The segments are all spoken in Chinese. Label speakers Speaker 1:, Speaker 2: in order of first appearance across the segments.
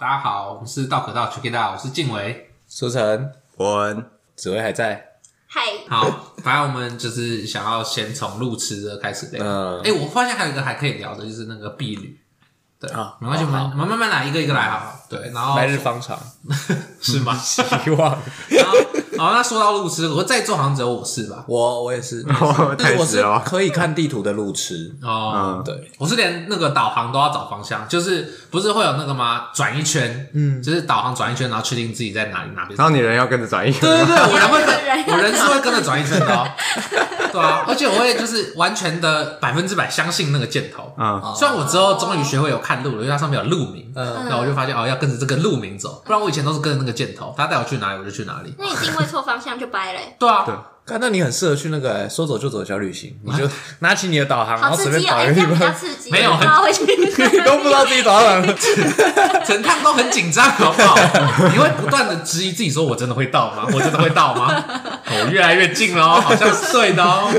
Speaker 1: 大家好，我们是道可道 Check It Out，我是静伟。
Speaker 2: 苏晨，
Speaker 3: 伯恩，
Speaker 2: 紫薇还在，
Speaker 4: 嗨，
Speaker 1: 好，反正我们就是想要先从路痴的开始聊。
Speaker 2: 嗯
Speaker 1: 哎、我发现还有一个还可以聊的，就是那个婢女。对，
Speaker 2: 啊
Speaker 1: 没关系，我们我们慢慢来，一个一个来好了。对，然后
Speaker 2: 来日方长，
Speaker 1: 是吗？
Speaker 2: 希望
Speaker 1: 然后，然后那说到路痴，我在座好像只有我是吧？
Speaker 2: 我我也 是，就
Speaker 3: 太
Speaker 2: 是我
Speaker 3: 迟
Speaker 2: 是
Speaker 3: 了。
Speaker 2: 可以看地图的路痴，
Speaker 1: 哦，
Speaker 3: 嗯，
Speaker 2: 对，
Speaker 1: 我是连那个导航都要找方向，就是不是会有那个吗？转一圈，嗯，就是导航转一圈，然后确定自己在哪里哪边。
Speaker 3: 然后你人要跟着转一圈，
Speaker 1: 对对对，我人会
Speaker 4: 人
Speaker 1: 跟，
Speaker 4: 要
Speaker 1: 我 人是会跟着转一圈的 哦。对啊，而且我会就是完全的百分之百相信那个箭头。
Speaker 5: 啊
Speaker 3: 嗯，
Speaker 1: 哦虽然我之后终于学会有看路了，因为它上面有路名，
Speaker 2: 嗯
Speaker 1: 那我就发现哦，要跟着这个路名走，不然我以前都是跟着那个箭头，他带我去哪里我就去哪里。
Speaker 4: 那你定位错方向就掰嘞、
Speaker 1: 对啊，
Speaker 3: 对
Speaker 2: 看那你很适合去那个欸说走就走的小旅行，你就拿起你的导航，然
Speaker 4: 好
Speaker 2: 后
Speaker 4: 刺
Speaker 2: 随便
Speaker 4: 激哦、
Speaker 2: 找一
Speaker 4: 哎、
Speaker 2: 个
Speaker 4: 这
Speaker 2: 地
Speaker 4: 样比较
Speaker 2: 方，
Speaker 4: 刺激，
Speaker 1: 没有
Speaker 4: 然后回去
Speaker 2: 都不知道自己找到哪了，
Speaker 1: 整趟都很紧张，好不好？你会不断的质疑自己，说我真的会到吗？我真的会到吗？我越来越近了哦，好像是对的哦。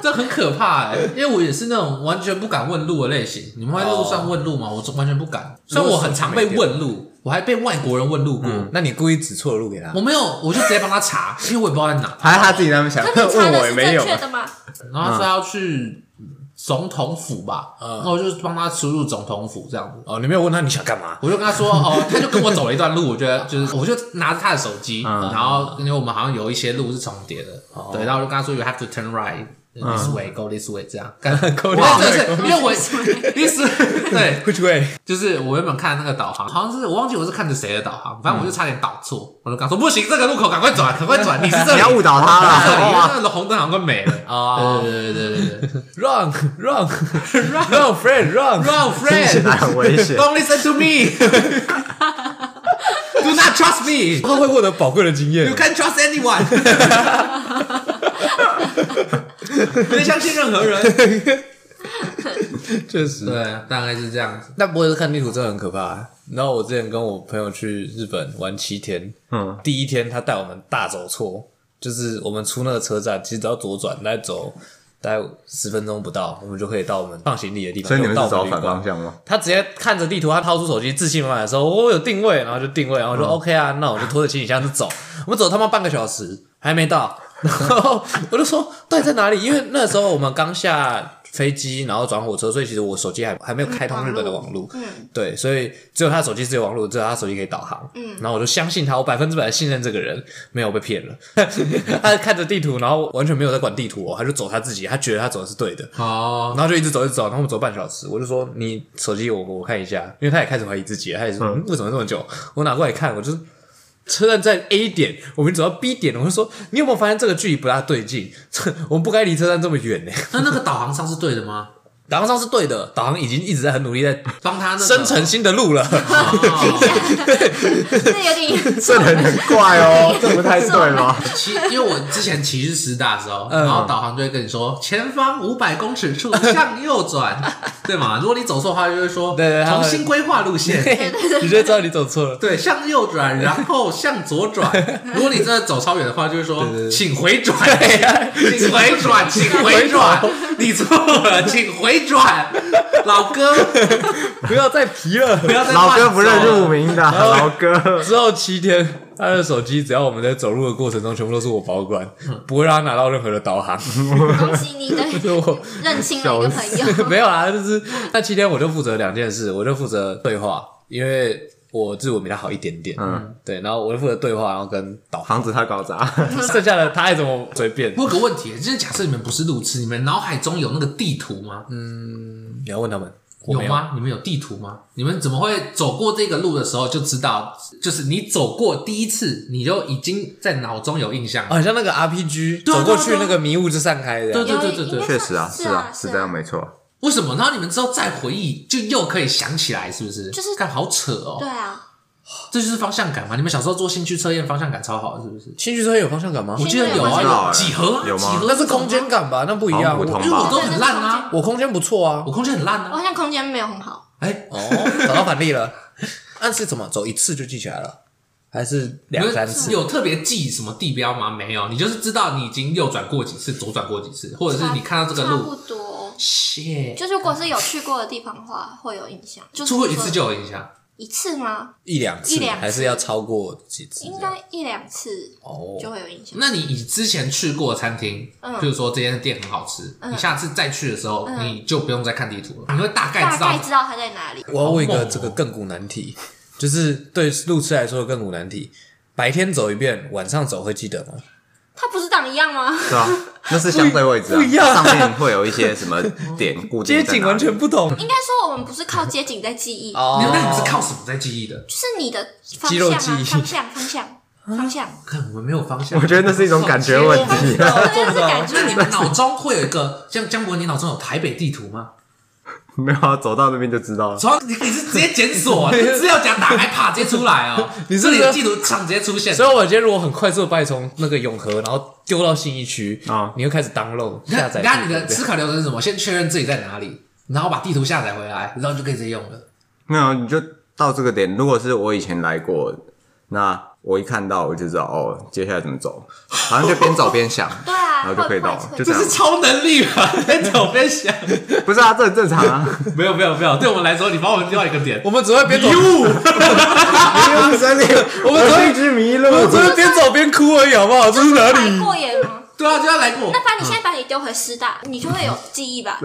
Speaker 1: 这很可怕哎、因为我也是那种完全不敢问路的类型。你们会在路上问路吗？我完全不敢，虽然我很常被问路，我还被外国人问路过。
Speaker 2: 那你故意指错路给他
Speaker 1: 我，没有，我就直接帮他查，因为我也不知道在哪。
Speaker 3: 还是他自己在那边想，
Speaker 4: 那你查
Speaker 3: 问我
Speaker 4: 的
Speaker 3: 也
Speaker 4: 是
Speaker 3: 没有
Speaker 4: 正。确的吗？
Speaker 1: 然后他说要去总统府吧，
Speaker 2: 嗯
Speaker 1: 那我就帮他输入总统府这样子。
Speaker 2: 哦，你没有问他你想干嘛，
Speaker 1: 我就跟他说，哦，他就跟我走了一段路，我 觉得就是，我就拿着他的手机，
Speaker 3: 嗯
Speaker 1: 然后因为我们好像有一些路是重叠的，
Speaker 2: 哦
Speaker 1: 对，然后我就跟他说，you have to turn right
Speaker 3: 嗯
Speaker 1: this way, go this way，这样，干
Speaker 2: Go
Speaker 1: 哇，
Speaker 2: this
Speaker 1: 对对，
Speaker 2: way,
Speaker 1: 因为我 this way- 对，
Speaker 2: which way？
Speaker 1: 就是我原本看那个导航，好像是我忘记我是看着谁的导航，反正
Speaker 3: 嗯
Speaker 1: 我就差点导错，我就跟他说，不行，这个路口赶快 转，赶快转，你是这
Speaker 3: 你
Speaker 1: 里，
Speaker 3: 要误导啊哦他
Speaker 1: 这里，因为
Speaker 3: 了，
Speaker 1: 那个红灯好像快没了，
Speaker 2: 啊
Speaker 1: 对对对对 对对
Speaker 2: ，run run run friend run，
Speaker 1: ，Run
Speaker 3: 听起
Speaker 1: friend，
Speaker 3: 来很危险。
Speaker 1: Don't listen to me. Do not trust me.
Speaker 2: 他会获得宝贵的经验
Speaker 1: You can't trust anyone. 不能相信任何人。
Speaker 2: 确实。
Speaker 1: 对，啊大概是这样子。
Speaker 2: 那不过是看地图真的很可怕欸。然后我之前跟我朋友去日本玩七天，
Speaker 3: 嗯，
Speaker 2: 第一天他带我们大走错，就是我们出那个车站，其实只要左转，大概走大概十分钟不到，我们就可以到我们放行李的地方。
Speaker 3: 所以你们
Speaker 2: 就到
Speaker 3: 是
Speaker 2: 我
Speaker 3: 找
Speaker 2: 旅
Speaker 3: 反
Speaker 2: 馆
Speaker 3: 方向吗？
Speaker 2: 他直接看着地图，他掏出手机，自信满满的说：“我有定位。”然后就定位，然后我就 OK 啊，那我就拖着行李箱子走。我们走他妈半个小时还没到， 然后我就说：“到底在哪里？”因为那时候我们刚下飞机，然后转火车，所以其实我手机还还没有开通日本的网络。
Speaker 4: 嗯，
Speaker 2: 对，所以只有他手机是有网络，只有他手机可以导航。嗯，然后我就相信他，我百分之百信任这个人，没有被骗了。 他看着地图，然后完全没有在管地图、哦，他就走他自己，他觉得他走的是对的，
Speaker 1: 哦，
Speaker 2: 然后就一直走，一直走，然后我们走半小时，我就说你手机我我看一下，因为他也开始怀疑自己了，他也说、嗯为什么这么久？我拿过来看，我就车站在 A 点，我们走到 B 点，我就说你有没有发现这个距离不大对劲？ 这我们不该离车站这么远呢、
Speaker 1: 那那个导航上是对的吗？
Speaker 2: 导航上是对的，导航已经一直在很努力在
Speaker 1: 帮他那个
Speaker 2: 生成新的路了。
Speaker 1: 哦
Speaker 4: 这有点严重
Speaker 3: 这人很怪哦，这不太对吧？
Speaker 1: 骑，因为我之前骑日师大的时候，
Speaker 2: 嗯
Speaker 1: 然后导航就会跟你说前方五百公尺处向右转，对吗？如果你走错的话，就会说
Speaker 2: 对对他
Speaker 1: 重
Speaker 2: 会
Speaker 1: 新规划路线。
Speaker 2: 你就会知道你走错了。
Speaker 1: 对，向右转，然后向左转。如果你真的走超远的话，就是说，请回转，请回转，请回转，你错了，请回转，老哥，
Speaker 2: 不要再皮
Speaker 1: 不
Speaker 2: 了。
Speaker 1: 要再
Speaker 3: 老
Speaker 1: 乱
Speaker 3: 哥
Speaker 1: 走
Speaker 3: 不认路名的，老哥。
Speaker 2: 之后七天，他的手机只要我们在走路的过程中，全部都是我保管，
Speaker 1: 嗯
Speaker 2: 不会让他拿到任何的导航。
Speaker 4: 恭喜你的
Speaker 2: 所以我
Speaker 4: 认清了一个朋 友，
Speaker 2: 没有啦，就是那七天我就负责两件事，我就负责对话，因为我日文比他好一点点。
Speaker 3: 嗯，
Speaker 2: 对，然后我就负责对话，然后跟导 航，
Speaker 3: 防止他搞砸。
Speaker 2: 剩下的他爱怎么随便。
Speaker 1: 我有个问题，就是假设你们不是路痴，你们脑海中有那个地图吗？
Speaker 2: 你要问他们，我
Speaker 1: 嗯有
Speaker 2: 没？
Speaker 1: 吗？你们有地图吗？你们怎么会走过这个路的时候就知道？就是你走过第一次，你就已经在脑中有印象了。
Speaker 2: 好哦像那个 RPG
Speaker 1: 对啊
Speaker 2: 走过
Speaker 1: 对
Speaker 2: 去
Speaker 1: 啊对啊
Speaker 2: 那个迷雾是散开的，
Speaker 1: 对 啊
Speaker 4: 有
Speaker 1: 对对对
Speaker 4: 应该
Speaker 3: 确实啊，
Speaker 4: 是
Speaker 3: 是啊，是这样，没错。
Speaker 1: 为什么？然后你们之后再回忆，就又可以想起来，是不是？
Speaker 4: 就是
Speaker 1: 干好扯哦。
Speaker 4: 对啊，
Speaker 1: 这就是方向感嘛？你们小时候做兴趣测验，方向感超好，是不是？
Speaker 2: 新区车有方向感吗？
Speaker 1: 我记得有
Speaker 4: 我
Speaker 1: 啊，
Speaker 4: 知
Speaker 3: 道
Speaker 1: 有
Speaker 3: 哎
Speaker 1: 几何啊，
Speaker 3: 有吗
Speaker 1: 几何
Speaker 2: 那是空间，感吧？那不一
Speaker 3: 好像
Speaker 2: 样。
Speaker 3: 不同
Speaker 1: 因为我都很烂啊，
Speaker 2: 我空间不错啊，
Speaker 1: 我空间很烂
Speaker 4: 我
Speaker 1: 啊。
Speaker 4: 好像空间没有很好，
Speaker 1: 哎，
Speaker 2: 哦，找到反例了。那是怎么走一次就记起来了，还是两三
Speaker 1: 你们
Speaker 2: 次？
Speaker 1: 有特别记什么地标吗？没有，你就是知道你已经右转过几次，左转过几次，或者是你看到这个
Speaker 4: 差不
Speaker 1: 路，
Speaker 4: 多。
Speaker 1: shit，
Speaker 4: 就是如果是有去过的地方的话，会有印象。就是
Speaker 1: 出过一次
Speaker 4: 说
Speaker 1: 就有印象。
Speaker 4: 一次吗？
Speaker 2: 一两次
Speaker 4: 一两次
Speaker 2: 还是要超过几次这样？
Speaker 4: 应该一两次
Speaker 2: 哦，
Speaker 4: 就会有印象。
Speaker 1: 那你以之前去过的餐厅，
Speaker 4: 嗯
Speaker 1: 譬如说这间店很好吃，
Speaker 4: 嗯
Speaker 1: 你下次再去的时候，
Speaker 4: 嗯
Speaker 1: 你就不用再看地图了，你会大概
Speaker 4: 大
Speaker 1: 知道
Speaker 4: 概知道它在哪里。
Speaker 2: 我要问一
Speaker 1: 好
Speaker 2: 个
Speaker 1: 猛哦
Speaker 2: 这个亘古难题，就是对路痴来说的亘古难题。白天走一遍，晚上走会记得吗？
Speaker 4: 它不是长一样吗？
Speaker 3: 对啊，那是相对位置啊，
Speaker 2: 不一样啊
Speaker 3: 上面会有一些什么点固定
Speaker 2: 街
Speaker 3: 在哪里。
Speaker 2: 景完全不同
Speaker 4: 应该说我们不是靠街景在记忆，
Speaker 2: 哦
Speaker 1: 你那你是靠什么在记忆的？
Speaker 4: 就是你的方
Speaker 2: 肌肉
Speaker 4: 向
Speaker 2: 记忆
Speaker 4: 啊，方向，方向，方向，
Speaker 1: 看我们没有方向，
Speaker 3: 我觉得那是一种感觉问题。
Speaker 4: 这 就是感
Speaker 1: 那你
Speaker 4: 觉。
Speaker 1: 们脑中会有一个像江博，你脑中有台北地图吗？
Speaker 3: 没有啊，走到那边就知道了。
Speaker 1: 然后你你是直接检索， 你资料夹打开，啪直接出来哦。
Speaker 2: 你是
Speaker 1: 这
Speaker 2: 不是
Speaker 1: 里的地图场直接出现，
Speaker 2: 所以我今天如果很快速的把你从那个永和，然后丢到信义区，
Speaker 3: 啊
Speaker 2: 你会开始 download
Speaker 1: 你看
Speaker 2: 下载。
Speaker 1: 那你的思考流程是什么？先确认自己在哪里，然后把地图下载回来，然后就可以直接用了。
Speaker 3: 没有，你就到这个点。如果是我以前来过，那我一看到我就知道哦，接下来怎么走，好像就边走边 想，
Speaker 4: 对啊，
Speaker 3: 然后就可以到
Speaker 4: 会会
Speaker 3: 就
Speaker 1: 这
Speaker 3: 这
Speaker 1: 是
Speaker 3: 样
Speaker 1: 超能力吧？
Speaker 2: 啊
Speaker 1: 边走边想，
Speaker 3: 不是啊，这很正常啊。
Speaker 1: 没有没有没有，对我们来说，你帮我们另外一个点。
Speaker 2: 我们只会边走，
Speaker 3: 迷路森林，
Speaker 2: 我们昨天
Speaker 3: 一直迷
Speaker 2: 我们
Speaker 3: 路
Speaker 2: 只会边走边哭而已，好不好？这是哪
Speaker 4: 来
Speaker 2: 里？
Speaker 4: 过眼吗？
Speaker 1: 对啊，就要来过
Speaker 4: 那。把你现在把你丢回师大，你就会有记忆吧？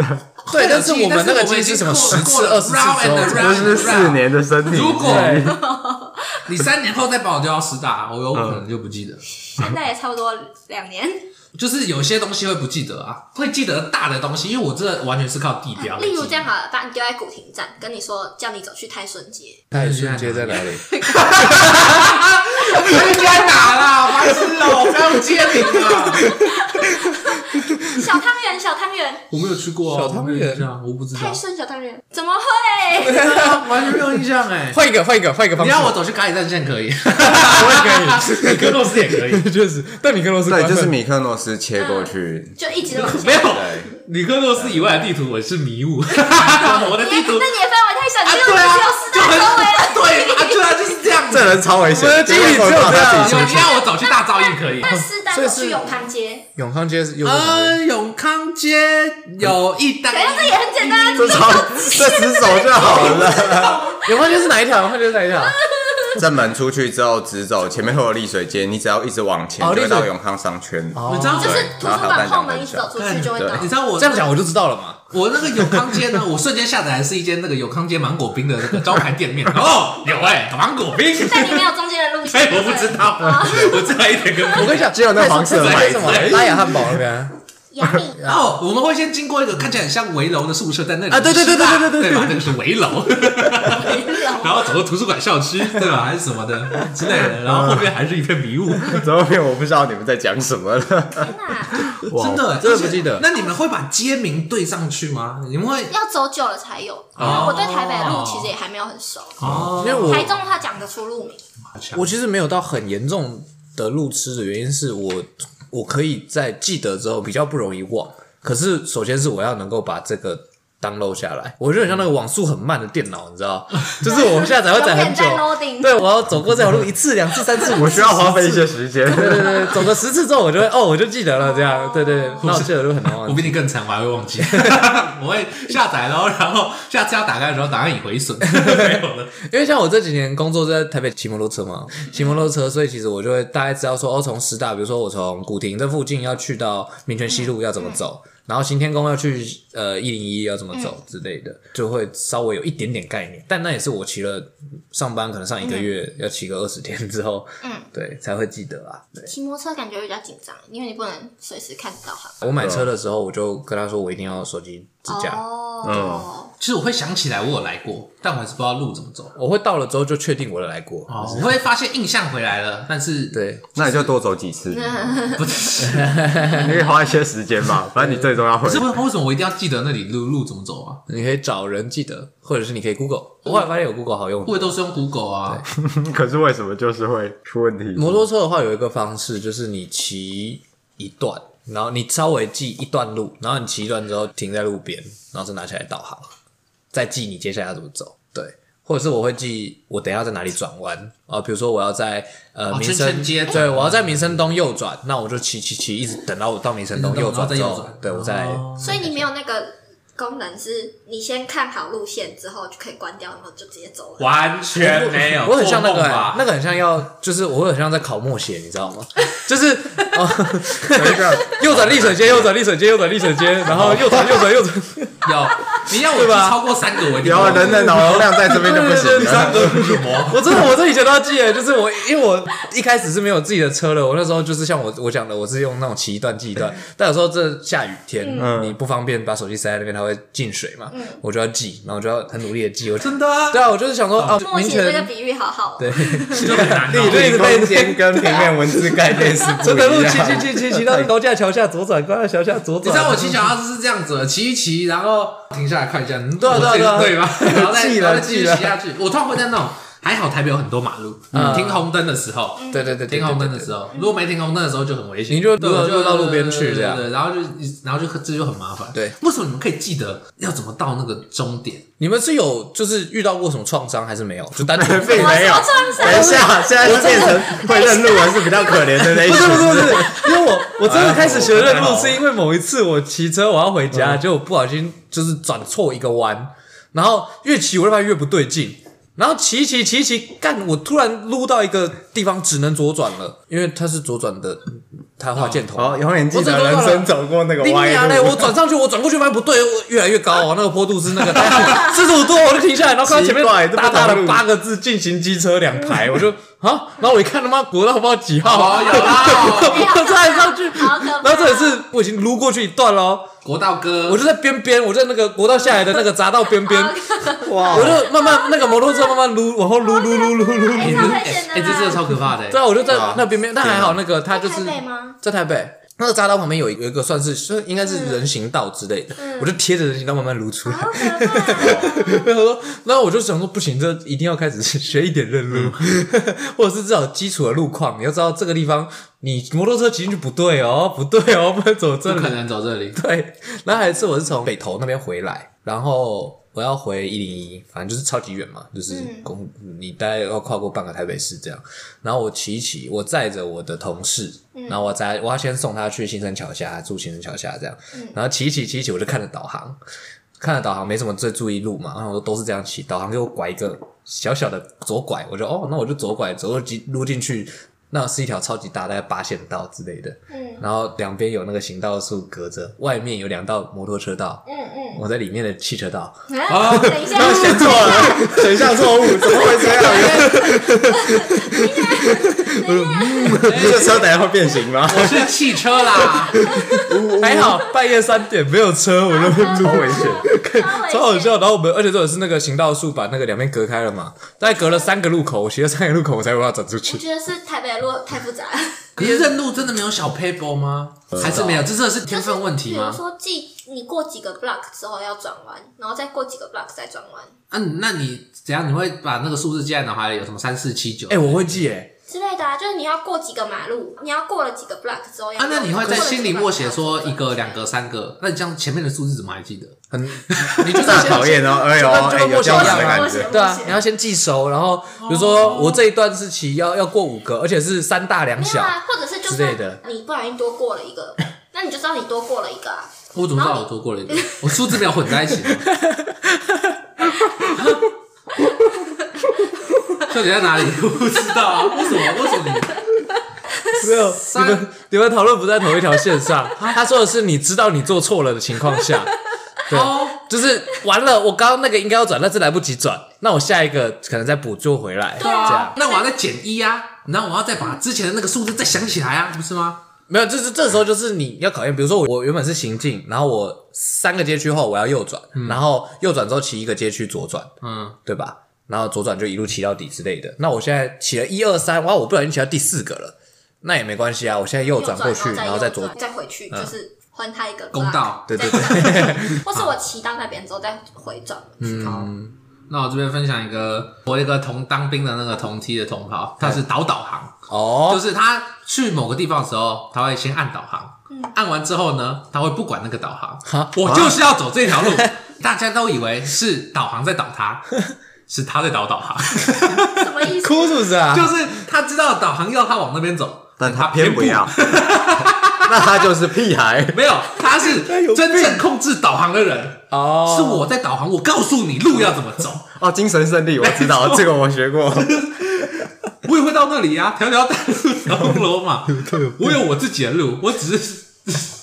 Speaker 2: 对，但
Speaker 1: 但
Speaker 2: 是
Speaker 1: 是
Speaker 2: 我
Speaker 1: 我
Speaker 2: 们
Speaker 1: 们
Speaker 2: 那
Speaker 1: 那
Speaker 2: 个
Speaker 1: 个
Speaker 2: 机
Speaker 1: 机
Speaker 2: 是
Speaker 1: 制什
Speaker 2: 什么
Speaker 1: 么
Speaker 2: 十
Speaker 1: 10
Speaker 2: 次、
Speaker 1: 次
Speaker 2: 二
Speaker 1: 20
Speaker 2: 十
Speaker 1: 次
Speaker 2: 次
Speaker 1: 之后
Speaker 2: 之后，
Speaker 1: 才
Speaker 3: 这是四年的身体。
Speaker 1: 如果
Speaker 2: 对，
Speaker 1: 你三年后再把我丢到师大，我有可能就不记得。
Speaker 4: 现在也差不多两年，
Speaker 1: 就是有些东西会不记得啊，会记得大的东西，因为我这完全是靠地标。
Speaker 4: 啊例如这样，好了，把你丢在古亭站，跟你说叫你走去泰顺 街，
Speaker 2: 太瞬间在哪里？
Speaker 1: 你在哪啦？白痴哦，我不要接你啊！
Speaker 4: 小汤圆，小汤圆，
Speaker 1: 我没有去过啊，
Speaker 2: 小汤圆
Speaker 1: 我没有印象，我不知道
Speaker 4: 泰，顺小汤圆，怎么会？
Speaker 1: 完全没有印象哎。
Speaker 2: 换一个，换一个，换一个方
Speaker 1: 你
Speaker 2: 式。
Speaker 1: 要我走去咖喱战线可以，
Speaker 2: 我也
Speaker 1: 你跟肉丝也可以。
Speaker 2: 可以，确实。但你跟罗斯
Speaker 3: 对，就是米克诺斯切过去，
Speaker 4: 就一直往前。
Speaker 1: 没有
Speaker 3: 对，
Speaker 1: 你跟肉丝以外的地图我是迷 雾，我的地
Speaker 4: 你
Speaker 1: 图
Speaker 4: 那你也范围太小，
Speaker 1: 啊，
Speaker 4: 你就
Speaker 1: 对
Speaker 4: 只
Speaker 1: 啊
Speaker 4: 有师，
Speaker 1: 就
Speaker 4: 大
Speaker 1: 很
Speaker 4: 周围了。
Speaker 1: 对啊，对啊，就是这样子
Speaker 3: 这。人超危险
Speaker 2: 我的。经理只有这样
Speaker 3: 他自
Speaker 1: 你
Speaker 3: 己
Speaker 1: 们要我走去大造诣 可以。
Speaker 4: 那师大
Speaker 2: 所以
Speaker 4: 走
Speaker 2: 是
Speaker 4: 去永康街，
Speaker 2: 永康街是又是什么？
Speaker 1: 呃，永康街有一单，
Speaker 4: 等一下这也很简单，啊
Speaker 3: 这超这只手就好了。
Speaker 2: 永康街是哪一条？永康街是哪一条？
Speaker 1: 啊
Speaker 3: 正门出去之后直走，前面会有丽水街，你只要一直往前，
Speaker 2: 哦
Speaker 3: 就
Speaker 2: 丽
Speaker 3: 会
Speaker 2: 水哦
Speaker 3: 到永康商圈。
Speaker 1: 你知道
Speaker 4: 就是
Speaker 3: 对
Speaker 4: 图书馆后门一直走出去就会到
Speaker 3: 对。
Speaker 1: 你知道我
Speaker 2: 这样讲我就知道了嘛。
Speaker 1: 我那个永康街呢， 我瞬间下载的是一间那个永康街芒果冰的那个招牌店面。 哦，有哎、芒果 冰，
Speaker 4: 但你没有中间的路
Speaker 1: 所以
Speaker 4: 线，
Speaker 1: 哎我不知 道， 我这还一点跟
Speaker 2: 我
Speaker 1: 不。
Speaker 2: 跟你讲，
Speaker 3: 只有那
Speaker 2: 泰式
Speaker 3: 黄色的
Speaker 2: 泰
Speaker 3: 牌子
Speaker 2: 式什么拉雅汉堡那边
Speaker 3: 哎
Speaker 2: 啊。
Speaker 4: 杨幂
Speaker 1: 然后哦我们会先经过一个看起来很像围楼的宿舍，在那里
Speaker 2: 啊对对对对对对对
Speaker 1: 对吧？那个是围楼，然
Speaker 4: 然
Speaker 1: 后走到图书馆校区，对吧？还是什么的之类的，然后后面还是一片迷雾，
Speaker 3: 最后面我不知道你们在讲什么了。
Speaker 4: 天哪，
Speaker 1: 真的
Speaker 2: 真的不记得
Speaker 1: 那你们会把街名对上去吗？你们会
Speaker 4: 要走久了才有。因为我对台北的路其实也还没有很熟，
Speaker 1: 哦
Speaker 2: 因为我
Speaker 4: 台中的话讲得出路名，
Speaker 2: 我其实没有到很严重的路痴的原因是我我可以在记得之后比较不容易忘。可是首先是我要能够把这个 download 下来，我就很像那个网速很慢的电脑，你知道， 就是我下载会载很久
Speaker 4: 永远在 loading。
Speaker 2: 对，我要走过这条路一次、两次、三 次，
Speaker 3: 我需要花费一些时间。
Speaker 2: 对对对，走个十次之后，我就会哦，我就记得了，这样，对对对，那我记得就很难忘
Speaker 1: 我比你更惨，我还会忘 记，我会下载喽，然后下次要打开的时候，档案已毁 损，没有了。
Speaker 2: 因为像我这几年工作是在台北骑摩托车嘛，骑摩托车，所以其实我就会大概知道说，哦，从师大，比如说我从古亭这附近要去到民权西路要怎么走，然后行天宫要去呃一零一要怎么走之类的，就会稍微有一点点概念。但那也是我骑了上班可能上一个月、要骑个二十天之后，
Speaker 4: 嗯，
Speaker 2: 对，才会记得啊。对，
Speaker 4: 骑摩托车感觉比较紧张，因为你不能随时看到它。
Speaker 2: 我买车的时候我就跟他说我一定要手机支架。
Speaker 4: 哦，
Speaker 1: 其实我会想起来我有来过，但我还是不知道路怎么走。
Speaker 2: 我会到了之后就确定我有来过，
Speaker 1: 哦，我会发现印象回来了，但是，
Speaker 2: 对，
Speaker 3: 那你就多走几次，你
Speaker 1: 不是，
Speaker 3: 可以花一些时间 嘛。反正你最终要回
Speaker 1: 可。是为为什么我一定要记得那里路路怎么走啊？
Speaker 2: 你可以找人记得，或者是你可以 Google。我后来发现有 Google 好用。
Speaker 1: 我也都是用 Google 啊，
Speaker 3: 可是为什么就是会出问题？
Speaker 2: 摩托车的话有一个方式，就是你骑一段，然后你稍微记一段路，然后你骑一段之后停在路边，然后再拿起来导航，再记你接下来要怎么走。对，或者是我会记我等一下在哪里转弯啊，比如说我要在呃
Speaker 1: 哦
Speaker 2: 民
Speaker 1: 圈
Speaker 2: 生
Speaker 1: 圈街
Speaker 2: 对我要在民生东右转，那我就骑骑骑一直等到我到民生东右转之
Speaker 1: 一直等到
Speaker 2: 后
Speaker 1: 再右转，
Speaker 2: 对我再来
Speaker 1: 哦
Speaker 4: 所以你没有那个功能是你先看好路线之后就可以关掉，然后就直接走了。
Speaker 1: 完全没有，
Speaker 2: 我很像那个
Speaker 1: 做梦
Speaker 2: 欸、
Speaker 1: 吧
Speaker 2: 那个很像要，就是我会很像在考默写，你知道吗？ 就是 哦，
Speaker 3: 有一个
Speaker 2: 右转立水街，右转立水街，右转立水街，然后右转右转右转，
Speaker 1: 有，你要我
Speaker 2: 对
Speaker 1: 记
Speaker 2: 吧
Speaker 1: 超过三个，我一定
Speaker 3: 然后人的脑容量在这边就不
Speaker 2: 对对
Speaker 3: 行
Speaker 2: 对三
Speaker 3: 了。
Speaker 1: 什 么？
Speaker 2: 我真的，我这以前都要记得，哎就是我，因为我一开始是没有自己的车的，我那时候就是像我我讲的，我是用那种骑一段记一段。但有时候这下雨天，
Speaker 3: 嗯
Speaker 2: 你不方便把手机塞在那边，它会进水嘛，
Speaker 4: 嗯
Speaker 2: 我就要记，然后我就要很努力的记。我
Speaker 1: 真的啊，
Speaker 2: 对啊，我就是想说啊，
Speaker 4: 默
Speaker 2: 明
Speaker 4: 写这个
Speaker 2: 权
Speaker 4: 比喻好好哦，
Speaker 2: 对，
Speaker 1: 就很难
Speaker 2: 你
Speaker 1: 哦。
Speaker 2: 对
Speaker 3: 立体空间跟平面文字概念是不一样
Speaker 2: 真的路骑骑骑骑骑到高架桥下左转，高架桥下左转。
Speaker 1: 你知道我骑脚踏车是这样子的，骑一骑，然后停下来看一下，嗯
Speaker 2: 对啊对啊
Speaker 1: 我这
Speaker 2: 对啊
Speaker 1: 对吧？ 然后再
Speaker 3: 记了
Speaker 1: 然后再继续
Speaker 3: 记了
Speaker 1: 骑下去。我通常会在那种还好台北有很多马路，
Speaker 2: 嗯
Speaker 1: 停红灯的时候，
Speaker 2: 对对对，对
Speaker 1: 停红灯的
Speaker 2: 嗯对
Speaker 1: 时候，如果没停红灯的时候就很危险，
Speaker 2: 你就啊
Speaker 1: 对我
Speaker 2: 就到路边去这样
Speaker 1: 对对对然后就然后就这就很麻烦。
Speaker 2: 对，
Speaker 1: 为什么你们可以记得要怎么到那个终点？
Speaker 2: 你们是有就是遇到过什么创伤还是没有？就单纯
Speaker 3: 并没有
Speaker 4: 我手上。是
Speaker 3: 等一下，现在是变成会认路人是比较可怜的那一
Speaker 2: 不
Speaker 3: 群
Speaker 2: 是。不是不是，因为我我真的开始学认路，是因为某一次我骑车我要回家，结果不小心就是转错一个弯，然后越骑我就发现越不对劲，然后骑一骑骑一骑，干我突然撸到一个地方只能左转了，因为它是左转的，它画箭头。
Speaker 3: 好，永远记
Speaker 2: 我
Speaker 3: 得
Speaker 2: 整个
Speaker 3: 人
Speaker 2: 乱
Speaker 3: 生走过那个
Speaker 2: 你
Speaker 3: 歪
Speaker 2: 娘嘞！
Speaker 3: 路
Speaker 2: 啊我。转上去，我转过去发现不对，我越来越高哦，那个坡度是那个四十五度，哦我就停下来，然后看到前面
Speaker 3: 奇怪这不
Speaker 2: 大大
Speaker 3: 同
Speaker 2: 的
Speaker 3: 路
Speaker 2: 八个字“进行机车”两排，我就啊，然后我一看他妈国道不知道几号啊，
Speaker 1: 哦，有啦，
Speaker 4: 哎呀
Speaker 2: 我再上去
Speaker 4: 好可怕。
Speaker 2: 然后这也是我已经撸过去一段喽，
Speaker 1: 国道哥，
Speaker 2: 我就在边边，我在那个国道下来的那个匝道边 边，
Speaker 3: 哇
Speaker 2: 我就慢慢那个摩托车慢慢撸，往后撸撸撸撸撸撸。
Speaker 1: 哎这哎，这
Speaker 4: 哎超危险的啦
Speaker 1: 真的超可怕的。
Speaker 2: 对啊，我就在那边边，但还
Speaker 3: 啊
Speaker 2: 好那个他就是
Speaker 4: 在台北吗嗯
Speaker 2: 在台北那个匝道旁边有一有一个算是是应该是人行道之类的，我就贴着人行道慢慢撸出来。
Speaker 4: 好可怕哦！
Speaker 2: 然后说，然后 我就想说，不行，这一定要开始 学一点认路，
Speaker 1: 嗯
Speaker 2: 或者是至少基础的路况，你要知道这个地方你摩托车骑进去不对哦，不对哦， 不能走这
Speaker 1: 不
Speaker 2: 里
Speaker 1: 可。能走这里。
Speaker 2: 对，然后还有一次我是从北投那边回来，然后我要回一零一，反正就是超级远嘛，就是公、你大概要跨过半个台北市这样。然后我骑一骑，我载着我的同事，
Speaker 1: 嗯
Speaker 2: 然后我载我要先送他去新生桥下住新生桥下这样，
Speaker 1: 嗯
Speaker 2: 然后骑一骑骑一骑，我就看着导航，看着导航没什么最注意路嘛，然后我都是这样骑，导航给我拐一个小小的左拐，我就哦，那我就左拐，左进路进去，那是一条超级大，大概八线道之类的，
Speaker 4: 嗯，
Speaker 2: 然后两边有那个行道树隔着，外面有两道摩托车道，
Speaker 4: 嗯嗯，
Speaker 2: 我在里面的汽车道，
Speaker 4: 啊等一下，
Speaker 3: 他们选错了，选项错误，怎么会这样？ 嗯 这车等下会变形吗？
Speaker 1: 我是汽车 啦，
Speaker 2: 还好半夜三点没有车，我
Speaker 4: 啊
Speaker 2: 就
Speaker 3: 超危 险！
Speaker 4: 超
Speaker 2: 超
Speaker 4: 危险
Speaker 2: 好笑。然后我们而且这也是那个行道树把那个两边隔开了嘛，大概隔了三个路口，我骑了三个路口我才把它转出
Speaker 4: 我
Speaker 2: 去。
Speaker 4: 觉得是台北的路太复杂 了。
Speaker 1: 可是认路真的没有小 paper 吗？还是没有？这真的是天分问题
Speaker 4: 比如
Speaker 1: 吗？
Speaker 4: 说，记你过几个 block 之后要转弯，然后再过几个 block 再转弯
Speaker 1: 啊，那你怎样？你会把那个数字记在脑海里？有什么三四七九？
Speaker 2: 哎、我会记哎、
Speaker 4: 之类的啊。就是你要过几个马路，你要过了几个 block 之后要。
Speaker 1: 啊，那你会在心里默写说一个、两
Speaker 4: 个。
Speaker 1: 个、三个？那你这样前面的数字怎么还记得？
Speaker 2: 很，你就是
Speaker 3: 大
Speaker 2: 先
Speaker 3: 讨厌 哦，哎呦，哎，有这样子的感觉。
Speaker 2: 对啊，你要先记熟，然
Speaker 4: 哦
Speaker 2: 后比如说我这一段是骑要要过五个，而且是三大两
Speaker 4: 没有
Speaker 2: 小，
Speaker 4: 啊，或者是就
Speaker 2: 之类的
Speaker 4: 算你不小心多过了 一个，那你就知道你多过了一个啊。
Speaker 1: 我怎么知道我多过了一个？我数字没有混在一起吗。 到底在哪里？我不知道啊，为什么？为什么你？
Speaker 2: 没有，你们你们讨论不在同一条线上。他说的是你知道你做错了的情况 下，对，
Speaker 1: 哦
Speaker 2: 就是完了，我刚刚那个应该要转，但是来不及转，那我下一个可能再补救回来。
Speaker 4: 对啊
Speaker 2: 这样
Speaker 1: 那我要再减一啊，然后我要再把之前的那个数字再想起来啊，不是吗？
Speaker 2: 没有，就是这时候就是你要考验，比如说我我原本是行进，然后我三个街区后我要右转，然后右转之后骑一个街区左转，
Speaker 1: 嗯，
Speaker 2: 对吧？然后左转就一路骑到底之类的。那我现在骑了一二三，哇，我不小心骑到第四个了，那也没关系啊，我现在右
Speaker 4: 右
Speaker 2: 转过去，
Speaker 4: 然
Speaker 2: 然
Speaker 4: 后
Speaker 2: 后再
Speaker 4: 再
Speaker 2: 左
Speaker 4: 右转再回去，就是还他一个 block，
Speaker 1: 嗯公道
Speaker 2: 对对
Speaker 4: 再转或是我骑到那边之后再回转。
Speaker 1: 好，那我这边分享一个，我一个同当兵的那个同梯的同袍，他是导导航，
Speaker 2: 哦，
Speaker 1: 就是他去某个地方的时候，他会先按导航，按完之后呢，他会不管那个导航
Speaker 2: 哈，
Speaker 1: 我就是要走这条路。 大家都以为是导航在导 他，是他在导导航，
Speaker 4: 什么意思？
Speaker 2: 哭是不是啊？
Speaker 1: 就是他知道导航要他往那边走，
Speaker 3: 但
Speaker 1: 他
Speaker 3: 他偏不
Speaker 1: 不
Speaker 3: 要， 那他就是屁孩。
Speaker 1: 没有，他 是
Speaker 2: 有病
Speaker 1: 真正控制导航的人，
Speaker 2: 哦
Speaker 1: 是我在导航，我告诉你路要怎么走，
Speaker 3: 哦，精神胜利，我知 道这个我学过。
Speaker 1: 我也会到那里呀、条条大路通罗 马，我有我自己的路，我只是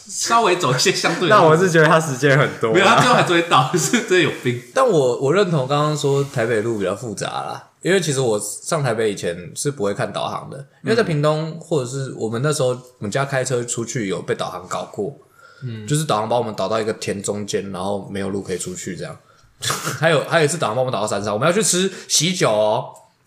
Speaker 1: 稍微走一些相对的路。
Speaker 3: 那我是觉得他时间很多
Speaker 1: 没有，他
Speaker 3: 啊，
Speaker 1: 最后还是会到，是真的有病。
Speaker 2: 但我我认同刚刚说台北路比较复杂啦，因为其实我上台北以前是不会看导航的，因为在屏东或者是我们那时候我们家开车出去有被导航搞过，嗯，就是导航把我们导到一个田中间，然后没有路可以出去这样。 还有还有一次导航把我们导到山上，我们要去吃喜酒哦，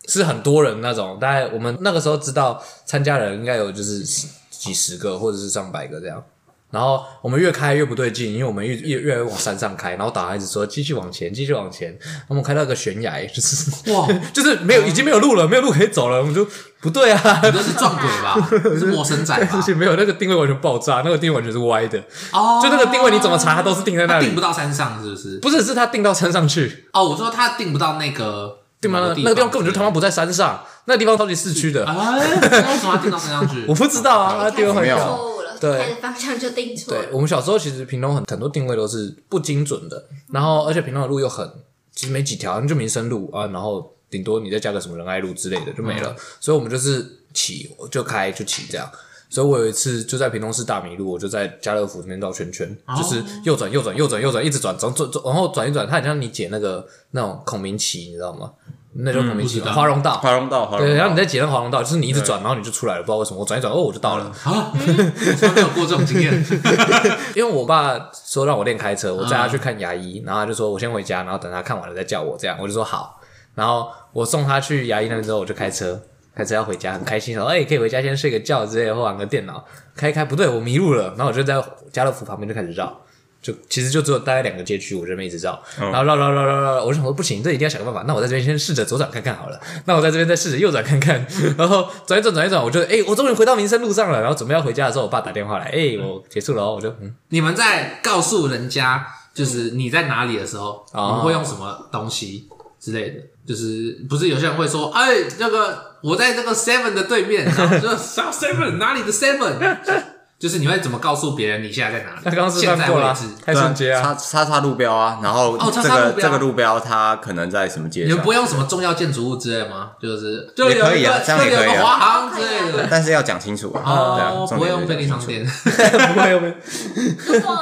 Speaker 2: 是很多人那种，大概我们那个时候知道参加人应该有就是十几十个或者是上百个这样。然后我们越开越不对劲，因为我们越越越来越往山上开，然后导航一直说继续往前，继续往前。我们开到一个悬崖，就是
Speaker 1: 哇，
Speaker 2: 就是没有已经没有路了，没有路可以走了，我们就不对啊，
Speaker 1: 你这是撞鬼 吧？是陌生仔吧
Speaker 2: 而？且没有那个定位完全爆炸，那个定位完全是歪的，
Speaker 1: 哦，
Speaker 2: 就那个定位你怎么查它都是啊定在那
Speaker 1: 他定
Speaker 2: 里
Speaker 1: 不，到山上是不是？
Speaker 2: 不是是它定到山上去，
Speaker 1: 哦，我说他定不到那个
Speaker 2: 对吗？那个地方根本就他妈不在山上，那个地方超级市区的，
Speaker 1: 哎，那为什么要定到山上去？ 哦
Speaker 2: 我不知道啊，那地方
Speaker 4: 开
Speaker 2: 很
Speaker 4: 始
Speaker 3: 妙
Speaker 4: 错误了，
Speaker 2: 对
Speaker 4: 开始方向就定错
Speaker 2: 对
Speaker 4: 了。
Speaker 2: 我们小时候其实屏东很很多定位都是不精准的，
Speaker 1: 嗯
Speaker 2: 然后而且屏东的路又很，其实没几条，就民生路啊，然后顶多你再加个什么仁爱路之类的就没
Speaker 1: 嗯
Speaker 2: 了，所以我们就是骑就开就骑这样。所以我有一次就在屏东市大迷路，我就在家乐福那边绕圈圈，
Speaker 1: 哦
Speaker 2: 就是右转右转右转右转，一直转转转转，然后转一转，它很像你姐那个那种孔明棋，你知道吗？那种孔明棋
Speaker 1: 嗯不知道
Speaker 2: 华容道。
Speaker 3: 华容道，华
Speaker 2: 对，然后
Speaker 3: 容道，
Speaker 2: 你在解那华容道，就是你一直转，然后你就出来了，不知道为什么。我转一转，哦，我就到了。
Speaker 1: 啊，我从来没有过这种经验。
Speaker 2: 因为我爸说让我练开车，我载他去看牙医，然后他就说我先回家，然后等他看完了再叫我，这样我就说好。然后我送他去牙医那边之后，我就开车，开车要回家，很开心，说哎、可以回家先睡个觉之类的，或玩个电脑。开一开不对，我迷路了，然后我就在家乐福旁边就开始绕。就其实就只有大概两个街区，我这边一直绕，然后绕绕绕绕绕绕，我就想说不行，这一定要想个办法。那我在这边先试着左转看看好了，那我在这边再试着右转看 看，然后转一转转一转，我就哎、我终于回到民生路上了。然后准备要回家的时候，我爸打电话来，哎、我结束了哦，我就嗯，
Speaker 1: 你们在告诉人家就是你在哪里的时候，
Speaker 2: 哦
Speaker 1: 你们会用什么东西之类的？就是不是有些人会说，哎，那个我在这个 Seven 的对面，然后就啥 Seven 哪里的 Seven？就是你会怎么告诉别人你现在在哪里？
Speaker 2: 那刚刚是
Speaker 1: 现
Speaker 2: 算
Speaker 1: 在
Speaker 2: 过
Speaker 1: 位
Speaker 2: 了啊
Speaker 1: 置，，
Speaker 2: 太瞬间啊！
Speaker 3: 叉叉叉路标啊，然后
Speaker 1: 哦叉
Speaker 3: 这
Speaker 1: 叉
Speaker 3: 个
Speaker 1: 路标
Speaker 3: 这个路标它可能在什么街
Speaker 1: 你们
Speaker 3: 上
Speaker 1: 不？用什么重要建筑物之类吗？就是就
Speaker 3: 也
Speaker 1: 有
Speaker 3: 可
Speaker 1: 一
Speaker 3: 以啊这
Speaker 1: 个就
Speaker 3: 样也
Speaker 1: 有一
Speaker 3: 可以
Speaker 1: 个
Speaker 3: 啊
Speaker 1: 华航之类的。
Speaker 3: 但是要讲清楚啊，对啊
Speaker 1: 哦，，
Speaker 3: 重
Speaker 1: 不会
Speaker 3: 点就
Speaker 1: 用
Speaker 3: 是
Speaker 1: 便利
Speaker 3: 讲
Speaker 1: 商
Speaker 3: 清楚
Speaker 1: 店
Speaker 2: 不会不会，
Speaker 4: 如果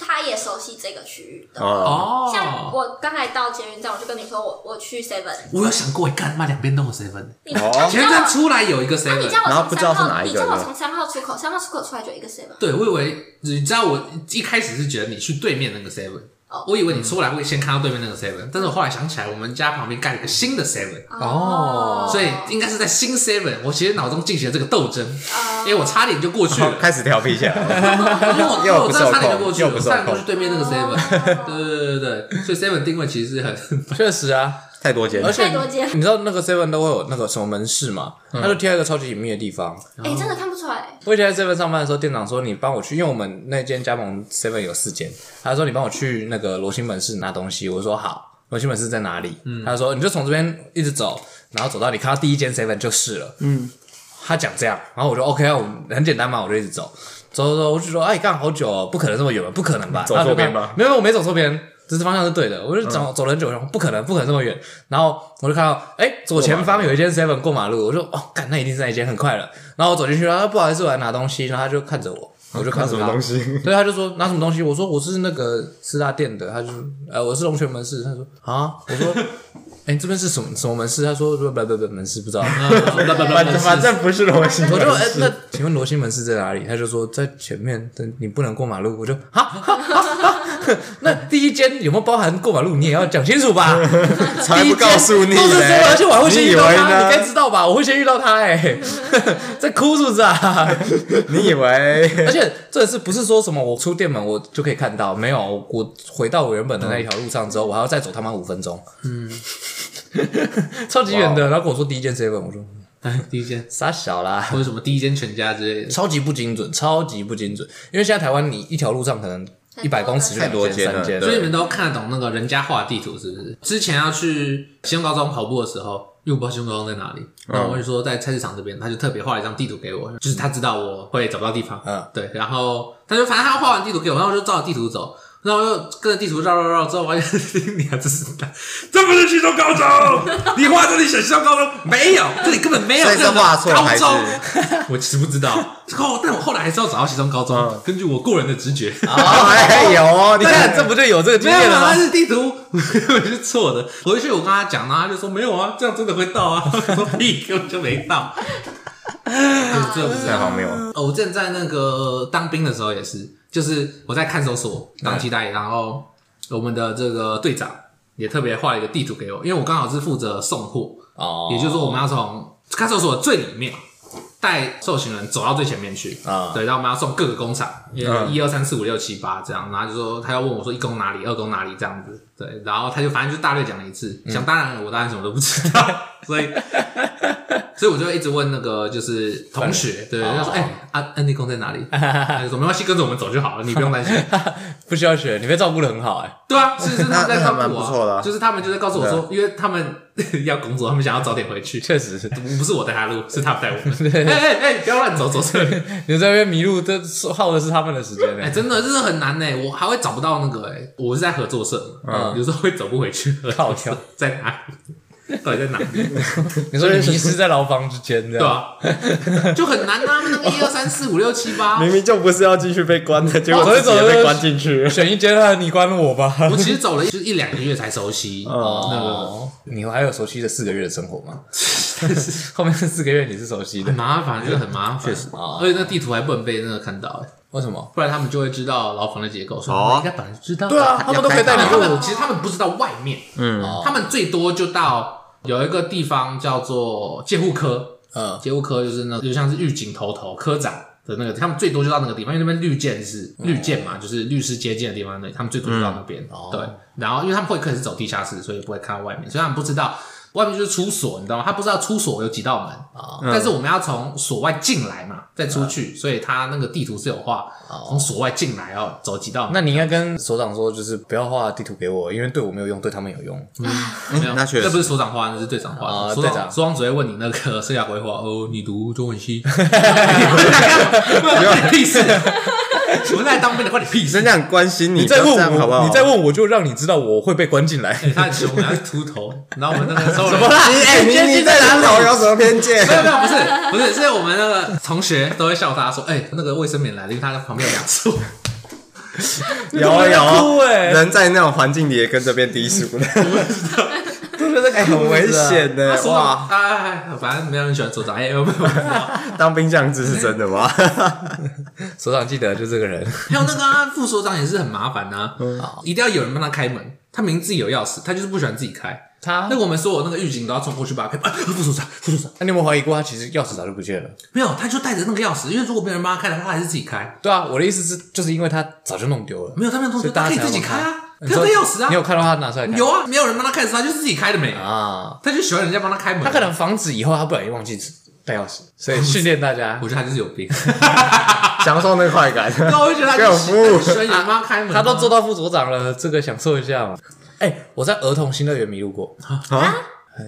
Speaker 4: 他也熟悉这个区域的话，
Speaker 3: 哦，
Speaker 1: 哦。
Speaker 4: 像我刚才到捷运站，我就跟你说我我去 Seven，
Speaker 1: 我有想过，哎干妈两边都有 seven，
Speaker 4: 你啊你
Speaker 1: 前
Speaker 4: 叫
Speaker 1: 哦站
Speaker 4: 我
Speaker 1: 出来有一个
Speaker 4: 啊你
Speaker 1: seven，
Speaker 4: 叫我
Speaker 3: 然后不
Speaker 4: 从
Speaker 3: 知道
Speaker 4: 三
Speaker 3: 是
Speaker 4: 号，
Speaker 3: 哪一
Speaker 4: 你
Speaker 3: 个
Speaker 4: 叫我
Speaker 3: 呢
Speaker 4: 从三号出口，三号出口出来就有一个 Seven，
Speaker 1: 对，我以为你知道，我一开始是觉得你去对面那个 seven，、
Speaker 4: 哦
Speaker 1: 我以为你出来会先看到对面那个 seven，但是我后来想起来，我们家旁边盖了一个新的 seven，、
Speaker 2: 哦
Speaker 1: 所以应该是在新 seven。我其实脑中进行了这个斗争，
Speaker 4: 哦
Speaker 1: 因为我差点就过去了，
Speaker 3: 开始调皮起 来了，
Speaker 1: 因为 哦我因为
Speaker 3: 又
Speaker 1: 我
Speaker 3: 不
Speaker 1: 真的
Speaker 3: 受
Speaker 1: 差点就
Speaker 3: 控
Speaker 1: 过去
Speaker 3: 又
Speaker 1: 了，
Speaker 3: 不
Speaker 1: 我
Speaker 3: 受
Speaker 1: 差点过去
Speaker 3: 控
Speaker 1: 对面那个 seven。对
Speaker 4: 哦
Speaker 1: 对对对对，所以 seven 定位其实是很
Speaker 2: 确实啊。
Speaker 3: 太多节奏
Speaker 2: 而且
Speaker 4: 太多间
Speaker 2: 你知道那个 seven 都会有那个什么门市嘛？它就贴在一个超级隐秘的地方。
Speaker 4: 哎，真的看不出来，
Speaker 2: 我以前在 seven 上班的时候，店长说你帮我去，因为我们那间加盟 seven 有四间，他说你帮我去那个罗新门市拿东西。我说好。罗新门市在哪里？他说你就从这边一直走，然后走到你看到第一间 seven 就是了。嗯，他讲这样，然后我就 OK 啊，我们很简单嘛，我就一直走。走走走，我就说，哎，干好久、哦，不可能这么远吧？不可能吧？
Speaker 3: 走错边吧
Speaker 2: 没有，没有我没走错边，只是方向是对的。我就走、走了很久，然后不可能，不可能这么远。然后我就看到，哎，左前方有一间 Seven 过马路，我就哦，干，那一定是那一间，很快了。然后我走进去，然后他不好意思，我来拿东西，然后他就看着我，我就看着他，
Speaker 3: 西？
Speaker 2: 对，他就说拿什么东西，我说我是那个四大店的，他就呃我是龙泉门市，他说啊，我说 哎、这边是什么什么门市？他说不不不不门市不知道，
Speaker 3: 反正反正不是罗西，
Speaker 2: 我就哎、那请问罗西门是在哪里？他就说在前面，但你不能过马路。我就哈哈哈哈， 那第一间有没有包含过马路？你也要讲清楚 吧。
Speaker 3: 才不告诉你
Speaker 2: 第一间都是这
Speaker 3: 嘞
Speaker 2: 样，而且我还会先遇到他，
Speaker 3: 你以为
Speaker 2: 你
Speaker 3: 呢
Speaker 2: 该知道吧？我会先遇到他、 哎，在哭是不是啊？
Speaker 3: 你以为
Speaker 2: 而且这次不是说什么我出店门我就可以看到，没有，我回到我原本的那一条路上之后，我还要再走他妈五分钟，嗯， 超级远的。然后跟我说第一间 seven，我说
Speaker 1: 哎第一间，
Speaker 2: 傻小啦，
Speaker 1: 或者什么第一间全家之类的，
Speaker 2: 超级不精准，超级不精准。因为现在台湾你一条路上可能一百公尺就
Speaker 4: 太
Speaker 3: 多
Speaker 2: 两间
Speaker 3: 间了
Speaker 2: 三间，
Speaker 3: 对
Speaker 1: 所以你们都看得懂那个人家画的地图是不是？之前要去西贡高中跑步的时候，因为我不知道新东方在哪里，
Speaker 3: 嗯
Speaker 1: 然后我就说在菜市场这边，他就特别画了一张地图给我，就是他知道我会找不到地方，
Speaker 5: 嗯，
Speaker 1: 对，然后他就反正他画完地图给我，然后我就照着地图走，然后我就跟着地图绕绕绕，之后发现 你还真是的，这不是新中 高中，你画这里写新中高中没有，这里根本没有
Speaker 3: 所以
Speaker 1: 这
Speaker 3: 是画错
Speaker 1: 高
Speaker 3: 还是
Speaker 1: 中， 我其实不知 道，后但我后来还是要找到新中高
Speaker 3: 嗯
Speaker 1: 中，根据我个人的直觉。
Speaker 3: 哎有哦，你
Speaker 2: 你看，
Speaker 3: 看
Speaker 2: 这不就有这个经
Speaker 1: 没有
Speaker 2: 验了
Speaker 1: 啊，
Speaker 2: 吗？
Speaker 1: 是地图， 我是错的。回去我跟他讲啊，他就说没有啊，这样真的会到啊。 我说屁，根本就没到。对这不是
Speaker 3: 太荒谬了。
Speaker 1: 哦，我之前在那个呃当兵的时候也是，就是我在看守所当替代，然后我们的这个队长也特别画了一个地图给我，因为我刚好是负责送货，
Speaker 2: 哦
Speaker 1: 也就是说我们要
Speaker 3: 哦
Speaker 1: 从看守所最里面带受刑人走到最前面去
Speaker 5: 啊
Speaker 1: 对，然后我们要送各个工厂，
Speaker 3: 嗯
Speaker 1: 一二三四五六七八这样，然后他就说他要问我说一工哪里，二工哪里这样子，对，然后他就反正就大略讲了一次，
Speaker 3: 嗯
Speaker 1: 想当然我当然什么都不知道，所以。所以我就一直问那个就是同学，对，他
Speaker 3: 哦
Speaker 1: 说：“哎，安安利工在哪里？”他就说：“没关系，跟着我们走就好了，你不用 担心。”
Speaker 2: 不需要学，你被照顾的很好哎。
Speaker 1: 对啊，是是他们在
Speaker 3: 那那
Speaker 1: 照顾
Speaker 3: 还蛮
Speaker 1: 我
Speaker 3: 不
Speaker 1: 啊、
Speaker 3: 错的啊
Speaker 1: 就是他们就在告诉我说，因为他们 要工作，他们想要早点回去。
Speaker 2: 确实，
Speaker 1: 不是我带他 路，是他们带我们。哎哎哎，不要乱走，走错路。
Speaker 2: 你在那边迷路，这耗的是他们的时间
Speaker 1: 哎、
Speaker 2: 哎。
Speaker 1: 真的，真的很难呢、我还会找不到那个哎、我是在合作社嘛，啊有时候会走不回去。
Speaker 2: 嗯靠
Speaker 1: 合作社
Speaker 2: 腰
Speaker 1: 在哪里？到底在哪 里？
Speaker 2: 你说你迷失在牢房之间，这
Speaker 1: 对
Speaker 2: 样
Speaker 1: 啊，就很难啊。那个一二三四五六七八，
Speaker 5: 明明就不是要进去被关的，结果
Speaker 3: 哦
Speaker 2: 所以
Speaker 5: 自己
Speaker 2: 走
Speaker 5: 也
Speaker 2: 的
Speaker 5: 被关进去。
Speaker 2: 选一阶段，你关了我吧。
Speaker 1: 我其实走了就是一两个月才熟悉。那
Speaker 2: 哦，你还有熟悉的四个月的生活吗？ 后面四个月你是熟悉
Speaker 1: 个
Speaker 2: 的
Speaker 1: 很，麻烦，真的很麻烦。确
Speaker 2: 实啊
Speaker 1: 而且那地图还不能被那个看到、哎，
Speaker 2: 为什么？
Speaker 1: 不然他们就会知道牢房的结构，说、
Speaker 3: 哦
Speaker 1: 应该本来就知道。
Speaker 2: 对啊，他们都可以带
Speaker 1: 但
Speaker 2: 你
Speaker 1: 他
Speaker 2: 入
Speaker 1: 们其实他们不知道外面，嗯，他们最多就到有一个地方叫做戒护科，哦
Speaker 2: 嗯
Speaker 1: 戒护科就是那就像是狱警头头科长的那个，他们最多就到那个地方，因为那边律监是律监嘛，就是律师接见的地方，那里他们最多就到那边。
Speaker 2: 哦
Speaker 1: 对，然后因为他们会可能是走地下室，所以不会看到外面，所以他们不知道。外面就是出所，你知道吗？他不知道出所有几道门啊，但是我们要从所外进来嘛，再出去，所以他那个地图是有画从所外进来哦，走几道门。
Speaker 2: 那你应该跟所长说，就是不要画地图给我，因为对我没有用，对他们有用。
Speaker 1: 没有，
Speaker 3: 嗯那确实
Speaker 1: 这不是所长画，那是队长画
Speaker 2: 啊
Speaker 1: 的。所长
Speaker 2: 队长
Speaker 1: 所长只会问你那个生涯 规划，哦，你读中文系，关你屁事！我们在当兵的，关你屁
Speaker 3: 真
Speaker 1: 事！
Speaker 3: 的啊很关心你，
Speaker 2: 你再
Speaker 3: 不要这
Speaker 2: 问
Speaker 3: 样好不
Speaker 2: 我，
Speaker 3: 好？
Speaker 2: 你再问我就让你知道我会被关进来。
Speaker 1: 他很凶，他是秃头。 然后我们那个时候怎么
Speaker 3: 你，哎，你你在南头有什么偏见？
Speaker 1: 没有没有，不是不是，是我们那个同学都会笑他说，哎，那个卫生棉来了，因为他旁边有两处。
Speaker 3: 有啊有
Speaker 2: 你怎么哭
Speaker 3: 啊，
Speaker 5: 哎
Speaker 2: 欸
Speaker 3: 人在那种环境里也跟着变低俗 了，
Speaker 2: 都觉得
Speaker 3: 哎，
Speaker 5: 啊
Speaker 3: 很危险的
Speaker 1: 所
Speaker 3: 哇！
Speaker 1: 长， 哎，反正没有人喜欢所长，哎，没有没有。
Speaker 3: 当兵这样子是真的吗？
Speaker 2: 所长记得就这个人，
Speaker 1: 还有那个、啊、副所长也是很麻烦呐、
Speaker 3: 嗯
Speaker 1: 啊，一定要有人帮他开门，他明明自己有钥匙，他就是不喜欢自己开。
Speaker 3: 啊
Speaker 2: 他
Speaker 1: 那个我们说我那个狱警都要冲过去把他开，啊，副所长，副所长，
Speaker 2: 那你有没有怀疑过他其实钥匙早就不见了？
Speaker 1: 没有，他就带着那个钥匙，因为如果别人帮他开的话，他还是自己开。
Speaker 2: 对啊，我的意思是，就是因为他早就弄丢了，
Speaker 1: 没有，他没有同
Speaker 2: 所
Speaker 1: 学，
Speaker 2: 以大
Speaker 1: 他可
Speaker 2: 家
Speaker 1: 以
Speaker 2: 才
Speaker 1: 自己
Speaker 2: 要
Speaker 1: 开啊，
Speaker 2: 问
Speaker 1: 他有
Speaker 2: 你
Speaker 1: 带
Speaker 2: 说
Speaker 1: 钥匙啊，
Speaker 2: 你有看到他拿出来看？
Speaker 1: 有啊，没有人帮他开的时候，他就自己开的没，
Speaker 2: 啊，
Speaker 1: 他就喜欢人家帮他开门。
Speaker 2: 他可能防止以后他不小心忘记带钥匙，所以训练大家。
Speaker 1: 我觉得他就是有 病，
Speaker 3: 享受那个快 感，
Speaker 1: 那我就觉得他
Speaker 3: 更
Speaker 1: 就
Speaker 3: 有
Speaker 1: 喜
Speaker 3: 服务
Speaker 1: 他就喜欢有人帮他开门啊，
Speaker 2: 他都做到副所长了，这个享受一下嘛。哎、我在儿童新乐园迷路过，
Speaker 3: 啊！
Speaker 5: 哎